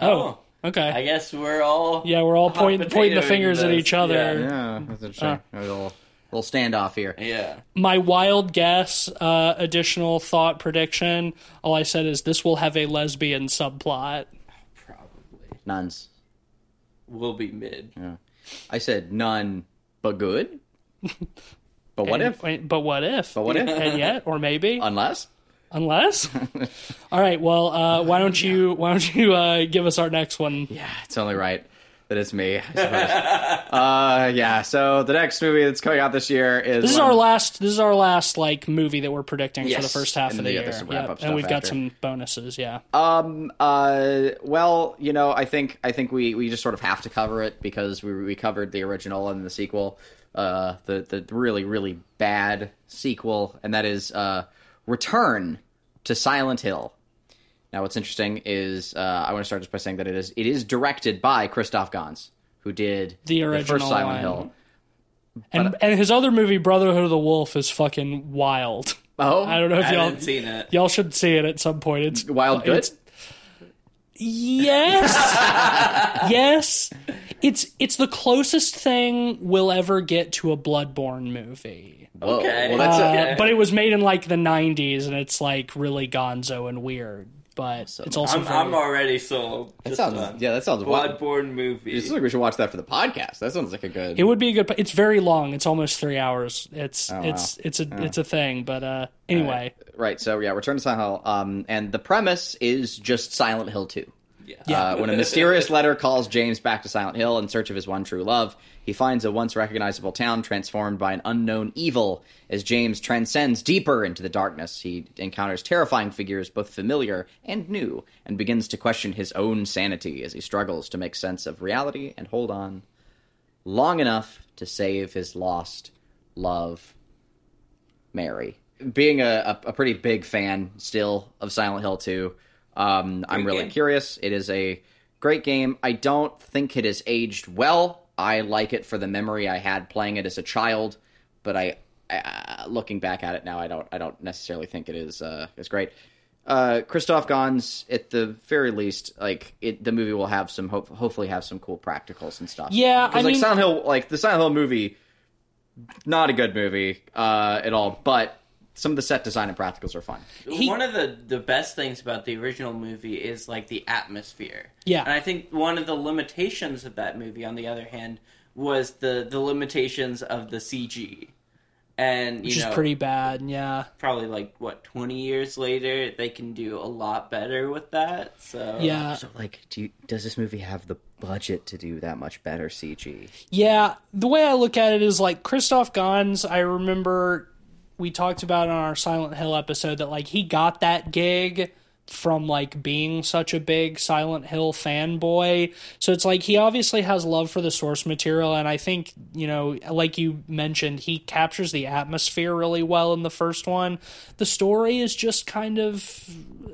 S1: Oh, okay.
S3: I guess we're all.
S1: yeah, we're all
S3: hot
S1: pointing pointing the
S3: potatoing
S1: fingers at
S3: this.
S1: each other.
S3: Yeah.
S2: Yeah, that's interesting. a little, Ah. little standoff here.
S3: Yeah.
S1: My wild guess, uh, additional thought prediction. All I said is this will have a lesbian subplot.
S3: Probably.
S2: Nuns.
S3: We'll be mid.
S2: I said none, but [LAUGHS] good. But what
S1: And-
S2: if?
S1: wait, But what if?
S2: But what [LAUGHS] if?
S1: and yet, or maybe,
S2: Unless [LAUGHS]
S1: unless. All right. Well, uh, why don't you? Why don't you uh, give us our next one?
S2: Yeah, it's only right that it's [LAUGHS] me, I suppose. uh, yeah, so the next movie that's coming out this year is.
S1: This is
S2: one-
S1: our last. This is our last like movie that we're predicting for
S2: Yes,
S1: the first half
S2: and
S1: of the
S2: then, yeah,
S1: year.
S2: there's some wrap-up
S1: and
S2: stuff
S1: we've got
S2: after.
S1: some bonuses. Yeah.
S2: Um. Uh. Well, you know, I think I think we we just sort of have to cover it because we we covered the original and the sequel, uh, the the really really bad sequel, and that is uh, Return to Silent Hill. Now, what's interesting is uh, I want to start just by saying that it is it is directed by Christoph Gans, who did
S1: The
S2: first
S1: original
S2: Silent
S1: one.
S2: Hill.
S1: and and his other movie, Brotherhood of the Wolf, is fucking wild.
S2: Oh,
S1: I don't know if
S3: I
S1: y'all
S3: haven't seen it.
S1: y'all should see it at some point. It's
S2: Wild Good.
S1: it's-
S2: [LAUGHS]
S1: Yes, yes. It's it's the closest thing we'll ever get to a Bloodborne movie.
S2: Whoa,
S3: Okay.
S2: Well, that's
S1: Uh,
S2: a-
S3: Okay.
S1: But it was made in like the '90s, and it's like really gonzo and weird. But it's also
S3: I'm,
S1: very-
S3: I'm already sold.
S2: that
S3: Just on
S2: sounds. Yeah, that sounds. wild.
S3: Bloodborne movie.
S2: It sounds like we should watch that for the podcast. That sounds like a good.
S1: It would be a good. It's very long. It's almost three hours. It's
S2: wow.
S1: it's it's a it's a thing. But uh, anyway,
S2: Right. So yeah, Return to Silent Hill. Um, and the premise is just Silent Hill Two.
S3: yeah.
S2: Uh, when a mysterious letter calls James back to Silent Hill in search of his one true love, he finds a once recognizable town transformed by an unknown evil. As James transcends deeper into the darkness, he encounters terrifying figures, both familiar and new, and begins to question his own sanity as he struggles to make sense of reality and hold on long enough to save his lost love, Mary. Being a, a, a pretty big fan still of Silent Hill 2, um, I'm
S3: Great
S2: really
S3: game.
S2: curious. It is a great game. I don't think it has aged well. I like it for the memory I had playing it as a child, but I, uh, looking back at it now, I don't I don't necessarily think it is uh, is great. Uh, Christoph Gans, at the very least, like it, the movie will have some hope, hopefully have some cool practicals and stuff.
S1: Yeah, I
S2: Because like
S1: mean-
S2: Silent Hill, like the Silent Hill movie, not a good movie uh, at all. But some of the set design and practicals are fun.
S1: He-
S3: one of the the best things about the original movie is like the atmosphere.
S1: Yeah.
S3: and I think one of the limitations of that movie, on the other hand, was the the limitations of the CG, and you
S1: which
S3: know,
S1: is pretty bad. Yeah,
S3: probably like what twenty years later, they can do a lot better with that. So
S1: yeah,
S2: Uh, So, like, do you, does this movie have the budget to do that much better CG?
S1: yeah. The way I look at it is like Christoph Gans. I remember we talked about on our Silent Hill episode that like he got that gig from like being such a big Silent Hill fanboy. So it's like he obviously has love for the source material and I think, you know, like you mentioned, he captures the atmosphere really well in the first one. The story is just kind of uh,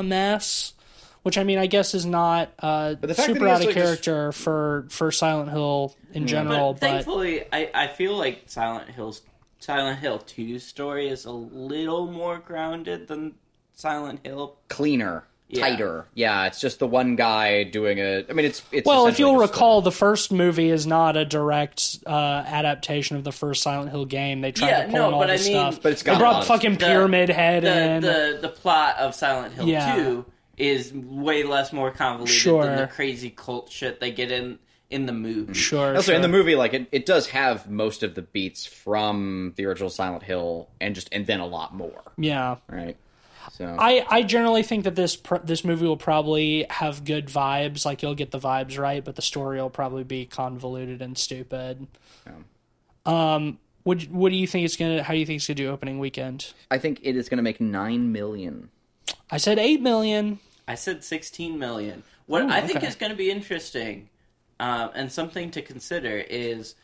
S1: a mess, which I mean, I guess is not uh
S2: the fact that
S1: super
S2: he
S1: out
S2: has,
S1: of
S2: like, this-
S1: character for for Silent Hill in general,
S3: But
S1: but,
S3: thankfully, I, I feel like Silent Hill's Silent Hill 2's story is a little more grounded than Silent Hill.
S2: Cleaner, tighter. Yeah, it's just the one guy doing a. I mean, it's it's.
S1: Well, if
S2: essentially
S1: you'll
S2: just the-
S1: recall, the first movie is not a direct uh, adaptation of the first Silent Hill game. They tried
S3: Yeah,
S1: to pull
S3: no,
S1: in all
S3: but
S1: the
S3: I mean-
S1: stuff.
S2: But it's got
S1: they
S2: a lot
S1: brought
S2: of-
S1: fucking
S3: The-
S1: Pyramid Head
S3: The,
S1: in.
S3: the the plot of Silent Hill
S1: Yeah.
S3: 2 is way less more convoluted than the
S1: Sure.
S3: crazy cult shit they get in in the movie.
S1: Sure.
S2: Also, Oh,
S1: sure.
S2: in the movie, like it, it does have most of the beats from the original Silent Hill, and just and then a lot more,
S1: yeah.
S2: right? So
S1: I, I generally think that this pr- this movie will probably have good vibes, like you'll get the vibes right, but the story will probably be convoluted and stupid. Um, what what do you think it's gonna? How do you think it's gonna do opening weekend?
S2: I think it is going to make nine million.
S1: I said eight million.
S3: I said 16 million. What
S1: Ooh,
S3: I think
S1: Hmm, okay.
S3: is going to be interesting um, and something to consider is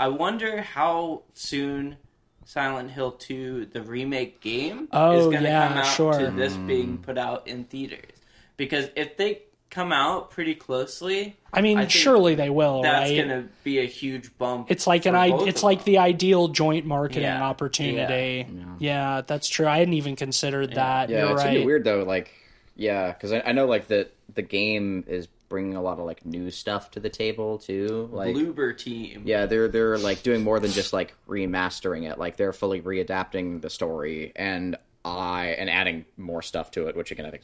S3: I wonder how soon Silent Hill 2, the remake game, is
S1: Oh,
S3: going to
S1: yeah,
S3: come out
S1: sure.
S3: to this being put out in theaters. Because if they come out pretty closely,
S1: I mean,
S3: I think
S1: surely they will,
S3: that's
S1: right?
S3: going to be a huge bump.
S1: It's like an
S3: for
S1: I-
S3: both
S1: it's
S3: of
S1: like
S3: them.
S1: the ideal joint marketing
S3: Yeah,
S1: opportunity. Yeah. that's true. I hadn't even considered that.
S2: Yeah,
S1: You're
S2: it's gonna
S1: right.
S2: be weird though. Like, yeah, because I, I know like the the game is bringing a lot of like new stuff to the table too. Like,
S3: Bloober team.
S2: yeah, they're they're like doing more than just like remastering it. Like they're fully readapting the story and I and adding more stuff to it, which again I think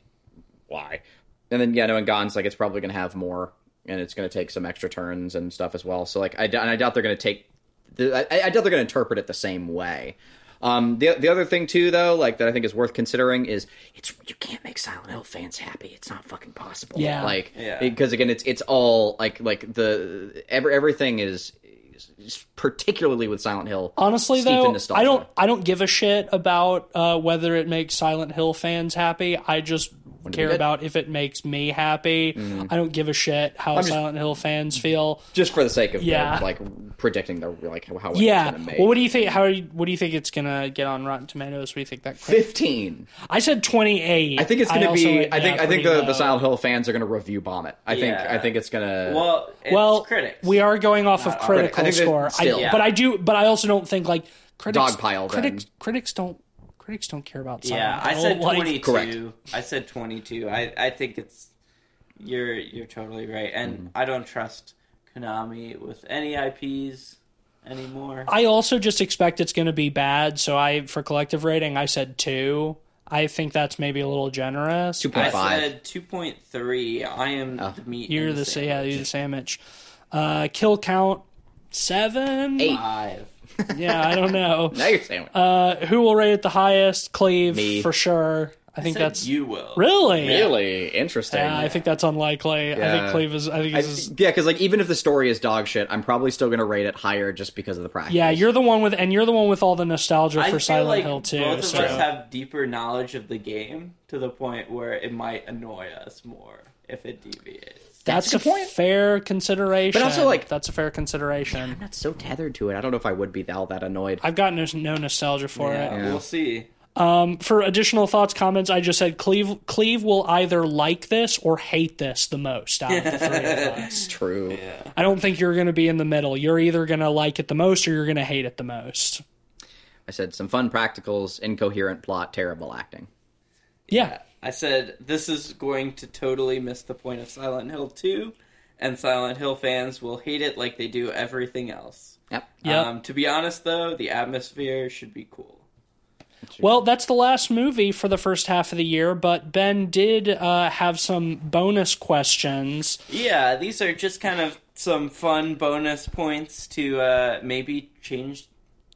S2: why. And then yeah, no, and Gon's like it's probably gonna have more, and it's gonna take some extra turns and stuff as well. So like I d- and I doubt they're gonna take, the, I, I doubt they're gonna interpret it the same way. Um, the the other thing too though, like that I think is worth considering is it's you can't make Silent Hill fans happy. It's not fucking possible.
S1: Yeah.
S2: like
S3: Yeah.
S2: because again it's it's all like like the every, everything is, is particularly with Silent Hill.
S1: Honestly,
S2: steeped in
S1: though,
S2: nostalgia.
S1: I don't I don't give a shit about uh, whether it makes Silent Hill fans happy. I just care
S2: good.
S1: about if it makes me happy. I don't give a shit how
S2: Mm-hmm. just-
S1: Silent Hill fans feel.
S2: just for the sake of
S1: Yeah.
S2: the, like predicting the like how, how it's
S1: Yeah.
S2: gonna make
S1: Well, what do you think? How are you, what do you think it's gonna get on Rotten Tomatoes? What do you think that? Cra-
S2: fifteen.
S1: I said twenty eight.
S2: I think it's gonna be. I think I think the, the Silent Hill fans are gonna review bomb it. I think
S3: Yeah.
S2: I think it's gonna.
S3: Well, it's
S1: well
S3: critics. Uh,
S1: we are going off of
S2: critics.
S1: critical
S2: I think that
S1: score I,
S2: still-
S1: but i do but i also don't think like critics
S2: Dogpile, then.
S1: critics critics don't critics don't care about Silent
S3: Yeah, I
S1: Hill,
S3: said
S1: like-
S3: 22.
S2: Correct.
S3: I said 22. I, I think it's you're you're totally right, and
S2: Mm-hmm.
S3: I don't trust Konami with any IPs anymore.
S1: i also just expect it's going to be bad so i for collective rating i said two i think that's maybe a little generous
S2: Two point-
S3: I
S2: five. Oh.
S3: said 2.3. I am the meat.
S1: you're
S3: in
S1: the sa- yeah
S3: sandwich.
S1: you're the sandwich uh kill count seven
S2: Eight.
S3: Five.
S1: yeah i don't
S2: [LAUGHS]
S1: know
S2: now you're saying.
S1: uh who will rate it the highest cleve
S2: Me.
S1: for sure i
S3: I
S1: think
S3: said
S1: that's
S3: you will.
S1: really
S2: really interesting.
S1: Yeah, I think that's unlikely. I think
S2: Yeah.
S1: Cleve is. I think
S2: I
S1: this is.
S2: think- yeah, because like even if the story is dog shit, I'm probably still gonna rate it higher just because of the practice.
S1: Yeah, you're the one with, and you're the one with all the nostalgia
S3: I
S1: for
S3: feel
S1: Silent
S3: like
S1: Hill too.
S3: both of
S1: so-
S3: us have deeper knowledge of the game to the point where it might annoy us more if it deviates.
S1: that's,
S2: That's a
S1: a
S2: good point.
S1: fair consideration.
S2: But also, like-
S1: that's a fair
S2: I'm
S1: consideration.
S2: not so tethered to it. I don't know if I would be all that annoyed.
S1: I've got no, no nostalgia for
S3: Yeah,
S1: it.
S3: we'll see.
S1: For additional thoughts, comments, I just said Cleve. Cleve will either like this or hate this the most out of the three of
S3: [LAUGHS]
S1: us.
S2: True.
S1: I don't think you're going to be in the middle. You're either going to like it the most or you're going to hate it the most.
S2: I said some fun practicals, incoherent plot, terrible acting.
S1: Yeah,
S3: I said this is going to totally miss the point of Silent Hill 2, and Silent Hill fans will hate it like they do everything else.
S2: Yep.
S1: Yep.
S3: Um, to be honest, though, the atmosphere should be cool.
S1: Well, that's the last movie for the first half of the year, but Ben did uh, have some bonus questions.
S3: Yeah, these are just kind of some fun bonus points to uh, maybe change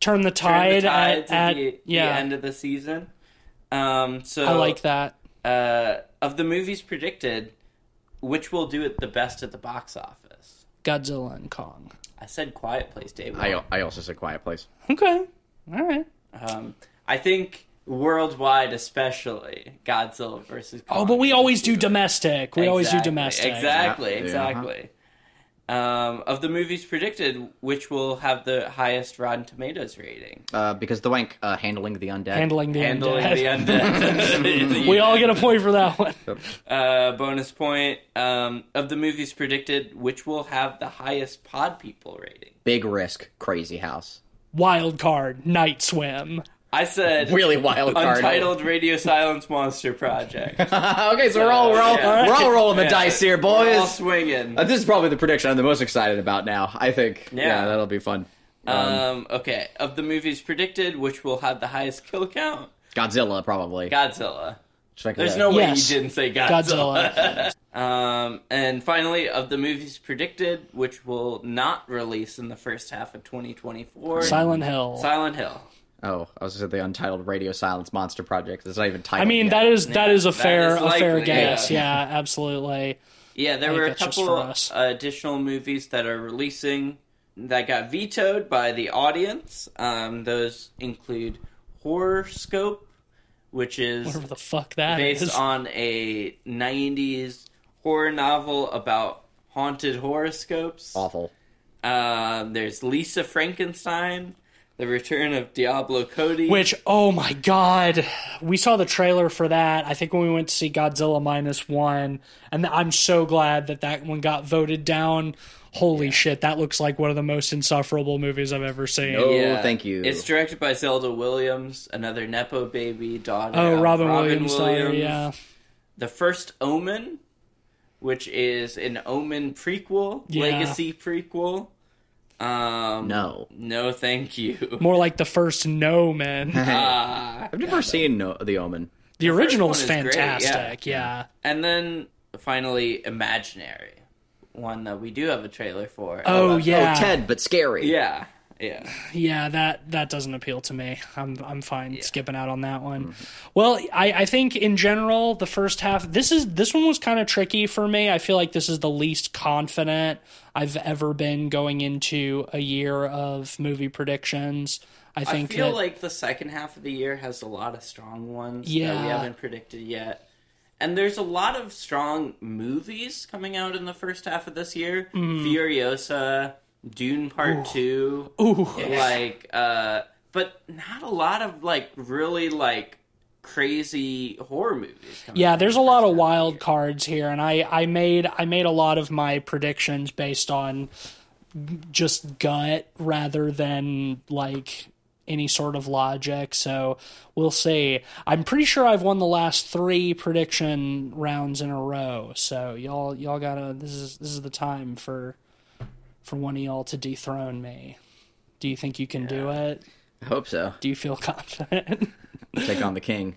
S1: Turn the
S3: turn the
S1: tide,
S3: tides
S1: at,
S3: at,
S1: at-
S3: the, the
S1: yeah,
S3: end of the season. Um, so
S1: I like that.
S3: Uh, of the movies predicted, which will do it the best at the box office?
S1: Godzilla and Kong.
S3: I said Quiet Place, David.
S2: I I also said Quiet Place.
S1: Okay, all right.
S3: Um, I think worldwide, especially Godzilla versus. Kong.
S1: Oh, but we always do domestic. We always do domestic.
S3: Exactly,
S2: Yeah. Uh-huh.
S3: exactly. Um, of the movies predicted, which will have the highest Rotten Tomatoes rating?
S2: Uh, because the wank uh, handling the undead.
S1: Handling the [LAUGHS]
S3: Handling
S1: undead.
S2: [LAUGHS]
S3: the undead.
S1: we all get a point for that one.
S3: uh, bonus point. Um, of the movies predicted, which will have the highest Pod People rating?
S2: Big risk, crazy house.
S1: Wild card, Night Swim.
S3: I said
S2: Really
S3: [LAUGHS]
S2: wild card.
S3: Untitled Radio Silence Monster Project.
S2: [LAUGHS] okay, so we're all we're all,
S3: Yeah. [LAUGHS]
S2: we're all rolling the [LAUGHS]
S3: Yeah.
S2: dice here,
S3: We're all
S2: boys.
S3: swinging.
S2: Uh, this is probably the prediction I'm the most excited about now. I think. Yeah,
S3: Yeah.
S2: that'll be fun.
S3: Um, okay, of the movies predicted, which will have the highest kill count?
S2: Godzilla, probably.
S3: Godzilla.
S2: Check it
S3: There's
S2: out.
S3: no way
S1: Yes.
S3: you didn't say Godzilla.
S1: Godzilla.
S3: um, and finally, of the movies predicted, which will not release in the first half of
S1: [LAUGHS]
S3: 2024,
S1: Silent Hill.
S3: Silent Hill.
S2: Oh, I was gonna say the untitled Radio Silence Monster Project. It's not even titled.
S1: I mean,
S2: yet.
S1: that is that
S3: Yeah,
S1: is a
S3: that
S1: fair
S3: is
S1: a fair
S3: likely,
S1: guess.
S3: yeah.
S1: Yeah, absolutely.
S3: Yeah, there
S1: I
S3: were a
S1: think that's just
S3: couple
S1: for us.
S3: additional movies that are releasing that got vetoed by the audience. Um, those include Horoscope, which is
S1: Whatever the fuck that is.
S3: based on a 90s horror novel about haunted horoscopes.
S2: awful.
S3: Um, there's Lisa Frankenstein, The Return of Diablo Cody.
S1: Which, oh my god, we saw the trailer for that. I think when we went to see Godzilla minus one, and I'm so glad that that one got voted down. Holy shit, that looks like one of the most insufferable movies I've ever seen.
S2: No. Oh, thank you.
S3: It's directed by Zelda Williams, another Nepo baby daughter.
S1: Oh,
S3: of
S1: Robin, Williams, daughter, yeah.
S3: The First Omen, which is an Omen prequel,
S1: Yeah.
S3: legacy prequel. Um,
S2: No,
S3: No, thank you.
S1: More like the first No Man.
S3: [LAUGHS] Uh,
S2: I've never seen no- The Omen.
S1: The original's
S3: first one is great, yeah.
S1: fantastic, yeah.
S3: and then finally, Imaginary, one that we do have a trailer for.
S1: Oh
S3: However-
S1: yeah,
S2: Oh, Ted, but scary.
S3: Yeah, yeah.
S1: yeah that that doesn't appeal to me i'm i'm fine skipping out on that one well i i think in general the first half this is this one was kind of tricky for me i feel like this is the least confident i've ever been going into a year of movie predictions i
S3: I
S1: think
S3: feel
S1: that-
S3: like the second half of the year has a lot of strong ones that
S1: Yeah.
S3: we haven't predicted yet. And there's a lot of strong movies coming out in the first half of this year. Furiosa, Dune Part 2,
S1: Mm. ooh
S3: like uh but not a lot of like really like crazy horror movies coming out
S1: yeah
S3: in
S1: there's
S3: the
S1: a
S3: first
S1: lot
S3: half
S1: of
S3: the
S1: wild
S3: year.
S1: cards here and i i made i made a lot of my predictions based on just gut rather than like any sort of logic so we'll see i'm pretty sure i've won the last three prediction rounds in a row so y'all y'all gotta this is this is the time for for one of y'all to dethrone me do you think you can do it
S2: I hope so.
S1: do you feel [LAUGHS] confident
S2: Take on the king.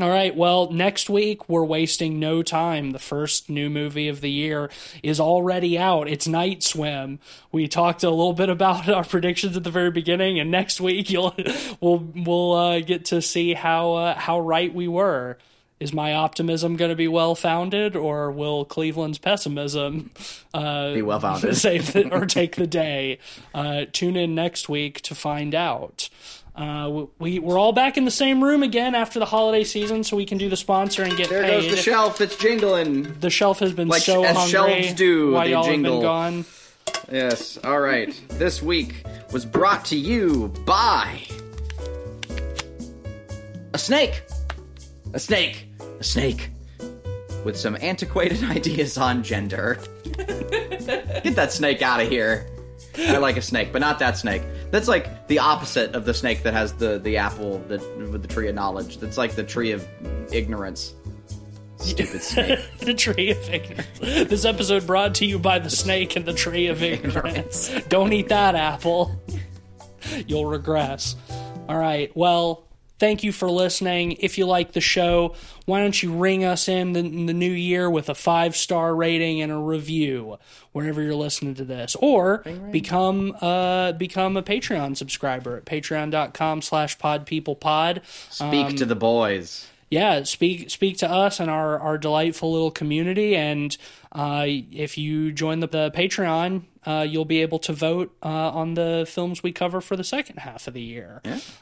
S1: All right. Well, next week we're wasting no time. The first new movie of the year is already out. It's Night Swim. We talked a little bit about [LAUGHS] our predictions at the very beginning, and next week you'll [LAUGHS] we'll we'll uh, get to see how uh, how right we were. Is my optimism going to be well founded, or will Cleveland's pessimism uh,
S2: Be
S1: [LAUGHS]
S2: well founded.
S1: save the, or take the day. Uh, tune in next week to find out. Uh, w- we we're all back in the same room again after the holiday season, so we can do the sponsor and get
S2: There
S1: paid.
S2: goes the shelf. It's jingling.
S1: The shelf has been
S2: Like
S1: so
S2: sh- as
S1: hungry.
S2: shelves do,
S1: while
S2: they
S1: y'all have
S2: jingle.
S1: been gone.
S2: Yes. All right. this week was brought to you by a snake. A snake. A snake. With some antiquated [LAUGHS] ideas on gender. Get that snake out of here. I like a snake, but not that snake. That's like the opposite of the snake that has the, the apple that with the tree of knowledge. That's like the tree of ignorance. Stupid snake.
S1: [LAUGHS] the tree of ignorance. This episode brought to you by the snake and the tree of ignorance. Don't eat that apple. You'll regress. All right. Well, thank you for listening. If you like the show, why don't you ring us in the, in the new year with a five star rating and a review wherever you're listening to this, or become uh, become a Patreon subscriber at patreon.com/slash podpeoplepod.
S2: Speak to the boys.
S1: yeah, speak speak to us and our our delightful little community. And uh, if you join the, the Patreon, uh, you'll be able to vote uh, on the films we cover for the second half of the year.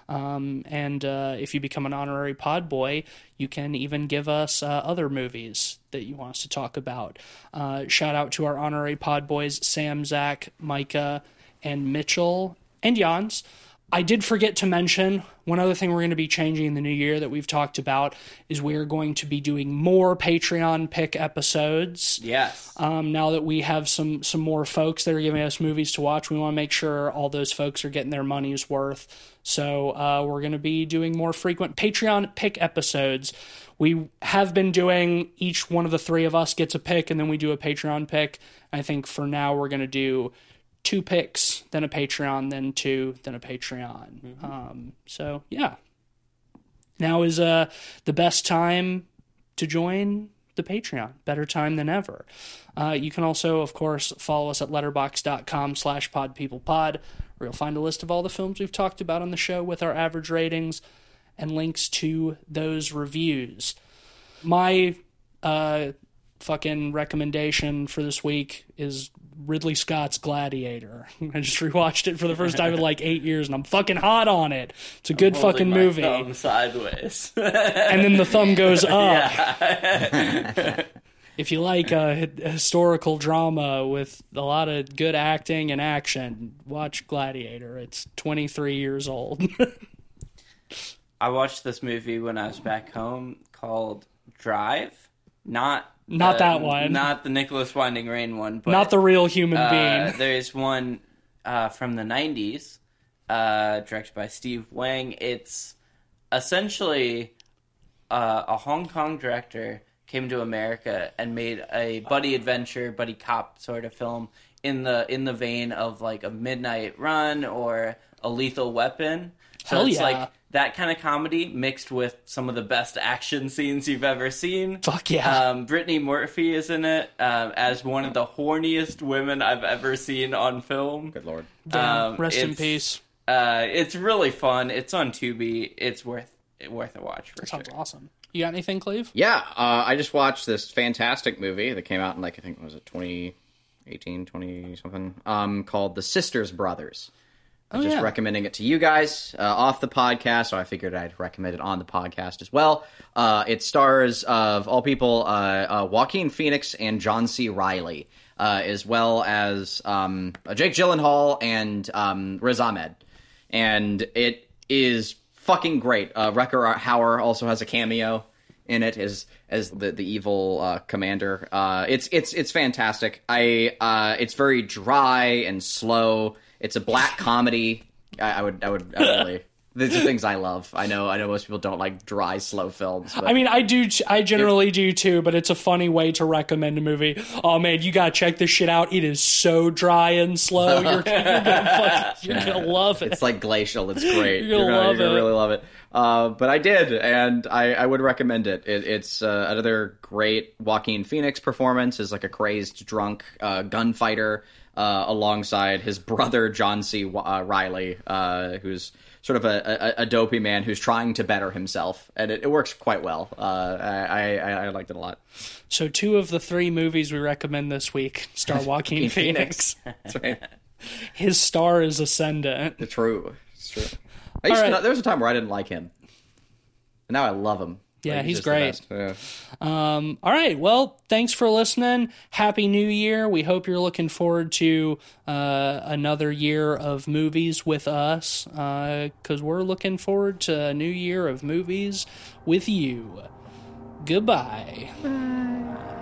S1: Um, and uh, if you become an honorary pod boy, you can even give us uh, other movies that you want us to talk about. Uh, shout out to our honorary pod boys, Sam, Zach, Micah, and Mitchell, and Jans. I did forget to mention one other thing we're going to be changing in the new year that we've talked about is we are going to be doing more Patreon pick episodes.
S3: Yes.
S1: Um, now that we have some some more folks that are giving us movies to watch, we want to make sure all those folks are getting their money's worth. So uh, we're going to be doing more frequent Patreon pick episodes. We have been doing each one of the three of us gets a pick, and then we do a Patreon pick. I think for now we're going to do two picks, then a Patreon, then two, then a Patreon. Um, so yeah, now is uh, the best time to join the Patreon. Better time than ever. Uh, you can also, of course, follow us at letterbox.com slash podpeoplepod, where you'll find a list of all the films we've talked about on the show with our average ratings and links to those reviews. My uh, fucking recommendation for this week is Ridley Scott's Gladiator. [LAUGHS] I just rewatched it for the first time in like eight years, and I'm fucking hot on it. It's a good
S3: Holding
S1: fucking
S3: my
S1: movie.
S3: Thumb sideways.
S1: And then the thumb
S3: [LAUGHS]
S1: goes up.
S3: yeah.
S1: If you like a hi- historical drama with a lot of good acting and action, watch Gladiator. It's 23 years old. [LAUGHS]
S3: I watched this movie when I was back home called Drive. Not
S1: Not that one.
S3: Not the Nicholas Winding Rain one, but
S1: Not the real human
S3: uh,
S1: being. [LAUGHS]
S3: there is one uh, from the '90s, uh, directed by Steve Wang. It's essentially uh, a Hong Kong director came to America and made a buddy adventure, buddy cop sort of film in the in the vein of like a Midnight Run or a Lethal Weapon. So
S1: Hell
S3: it's
S1: yeah.
S3: like that kind of comedy mixed with some of the best action scenes you've ever seen.
S1: Fuck yeah.
S3: Um, Brittany Murphy is in it um, as one of the horniest women I've ever seen on film.
S2: Good lord.
S1: Damn.
S3: um,
S1: Rest in
S3: it's-
S1: peace.
S3: Uh, it's really fun. It's on Tubi. It's worth worth a watch for sure.
S1: Sounds awesome. You got anything, Cleve?
S2: Yeah, uh, I just watched this fantastic movie that came out in like I think what was it 2018, 20 something, um, called The Sisters Brothers. I'm just
S1: yeah.
S2: recommending it to you guys uh, off the podcast, so I figured I'd recommend it on the podcast as well. Uh, it stars of all people uh, uh, Joaquin Phoenix and John C. Riley, uh, as well as um, uh, Jake Gyllenhaal and um, Riz Ahmed, and it is fucking great. Uh, Wrecker Hauer also has a cameo in it as as the the evil uh, commander. Uh, it's it's it's fantastic. I uh, it's very dry and slow. It's a black comedy. I, I would I would I would really. These are things I love. I know I know most people don't like dry, slow films. But
S1: I mean, I do. t- I generally do too, but it's a funny way to recommend a movie. Oh man, you gotta check this shit out. It is so dry and slow. You're, you're gonna, fuck, you're gonna love it.
S2: it's like glacial. It's great.
S1: [LAUGHS] You're gonna love it.
S2: really love it. Uh, but I did, and I, I would recommend it. it it's uh, another great Joaquin Phoenix performance as like a crazed drunk uh, gunfighter uh, alongside his brother John C. W- uh, Riley, uh, who's sort of a, a, a dopey man who's trying to better himself, and it, it works quite well. Uh, I, I I liked it a
S1: [LAUGHS]
S2: lot.
S1: So two of the three movies we recommend this week [LAUGHS] star Joaquin Phoenix.
S2: That's right.
S1: His star is ascendant.
S2: It's true. It's true. I used to
S1: right.
S2: not- there was a time where I didn't like him, and now I love him.
S1: Yeah,
S2: Like,
S1: he's
S2: just the
S1: great.
S2: best. Yeah.
S1: Um, all right. Well, thanks for listening. Happy New Year. We hope you're looking forward to uh, another year of movies with us because we're looking forward to a new year of movies with you. Goodbye.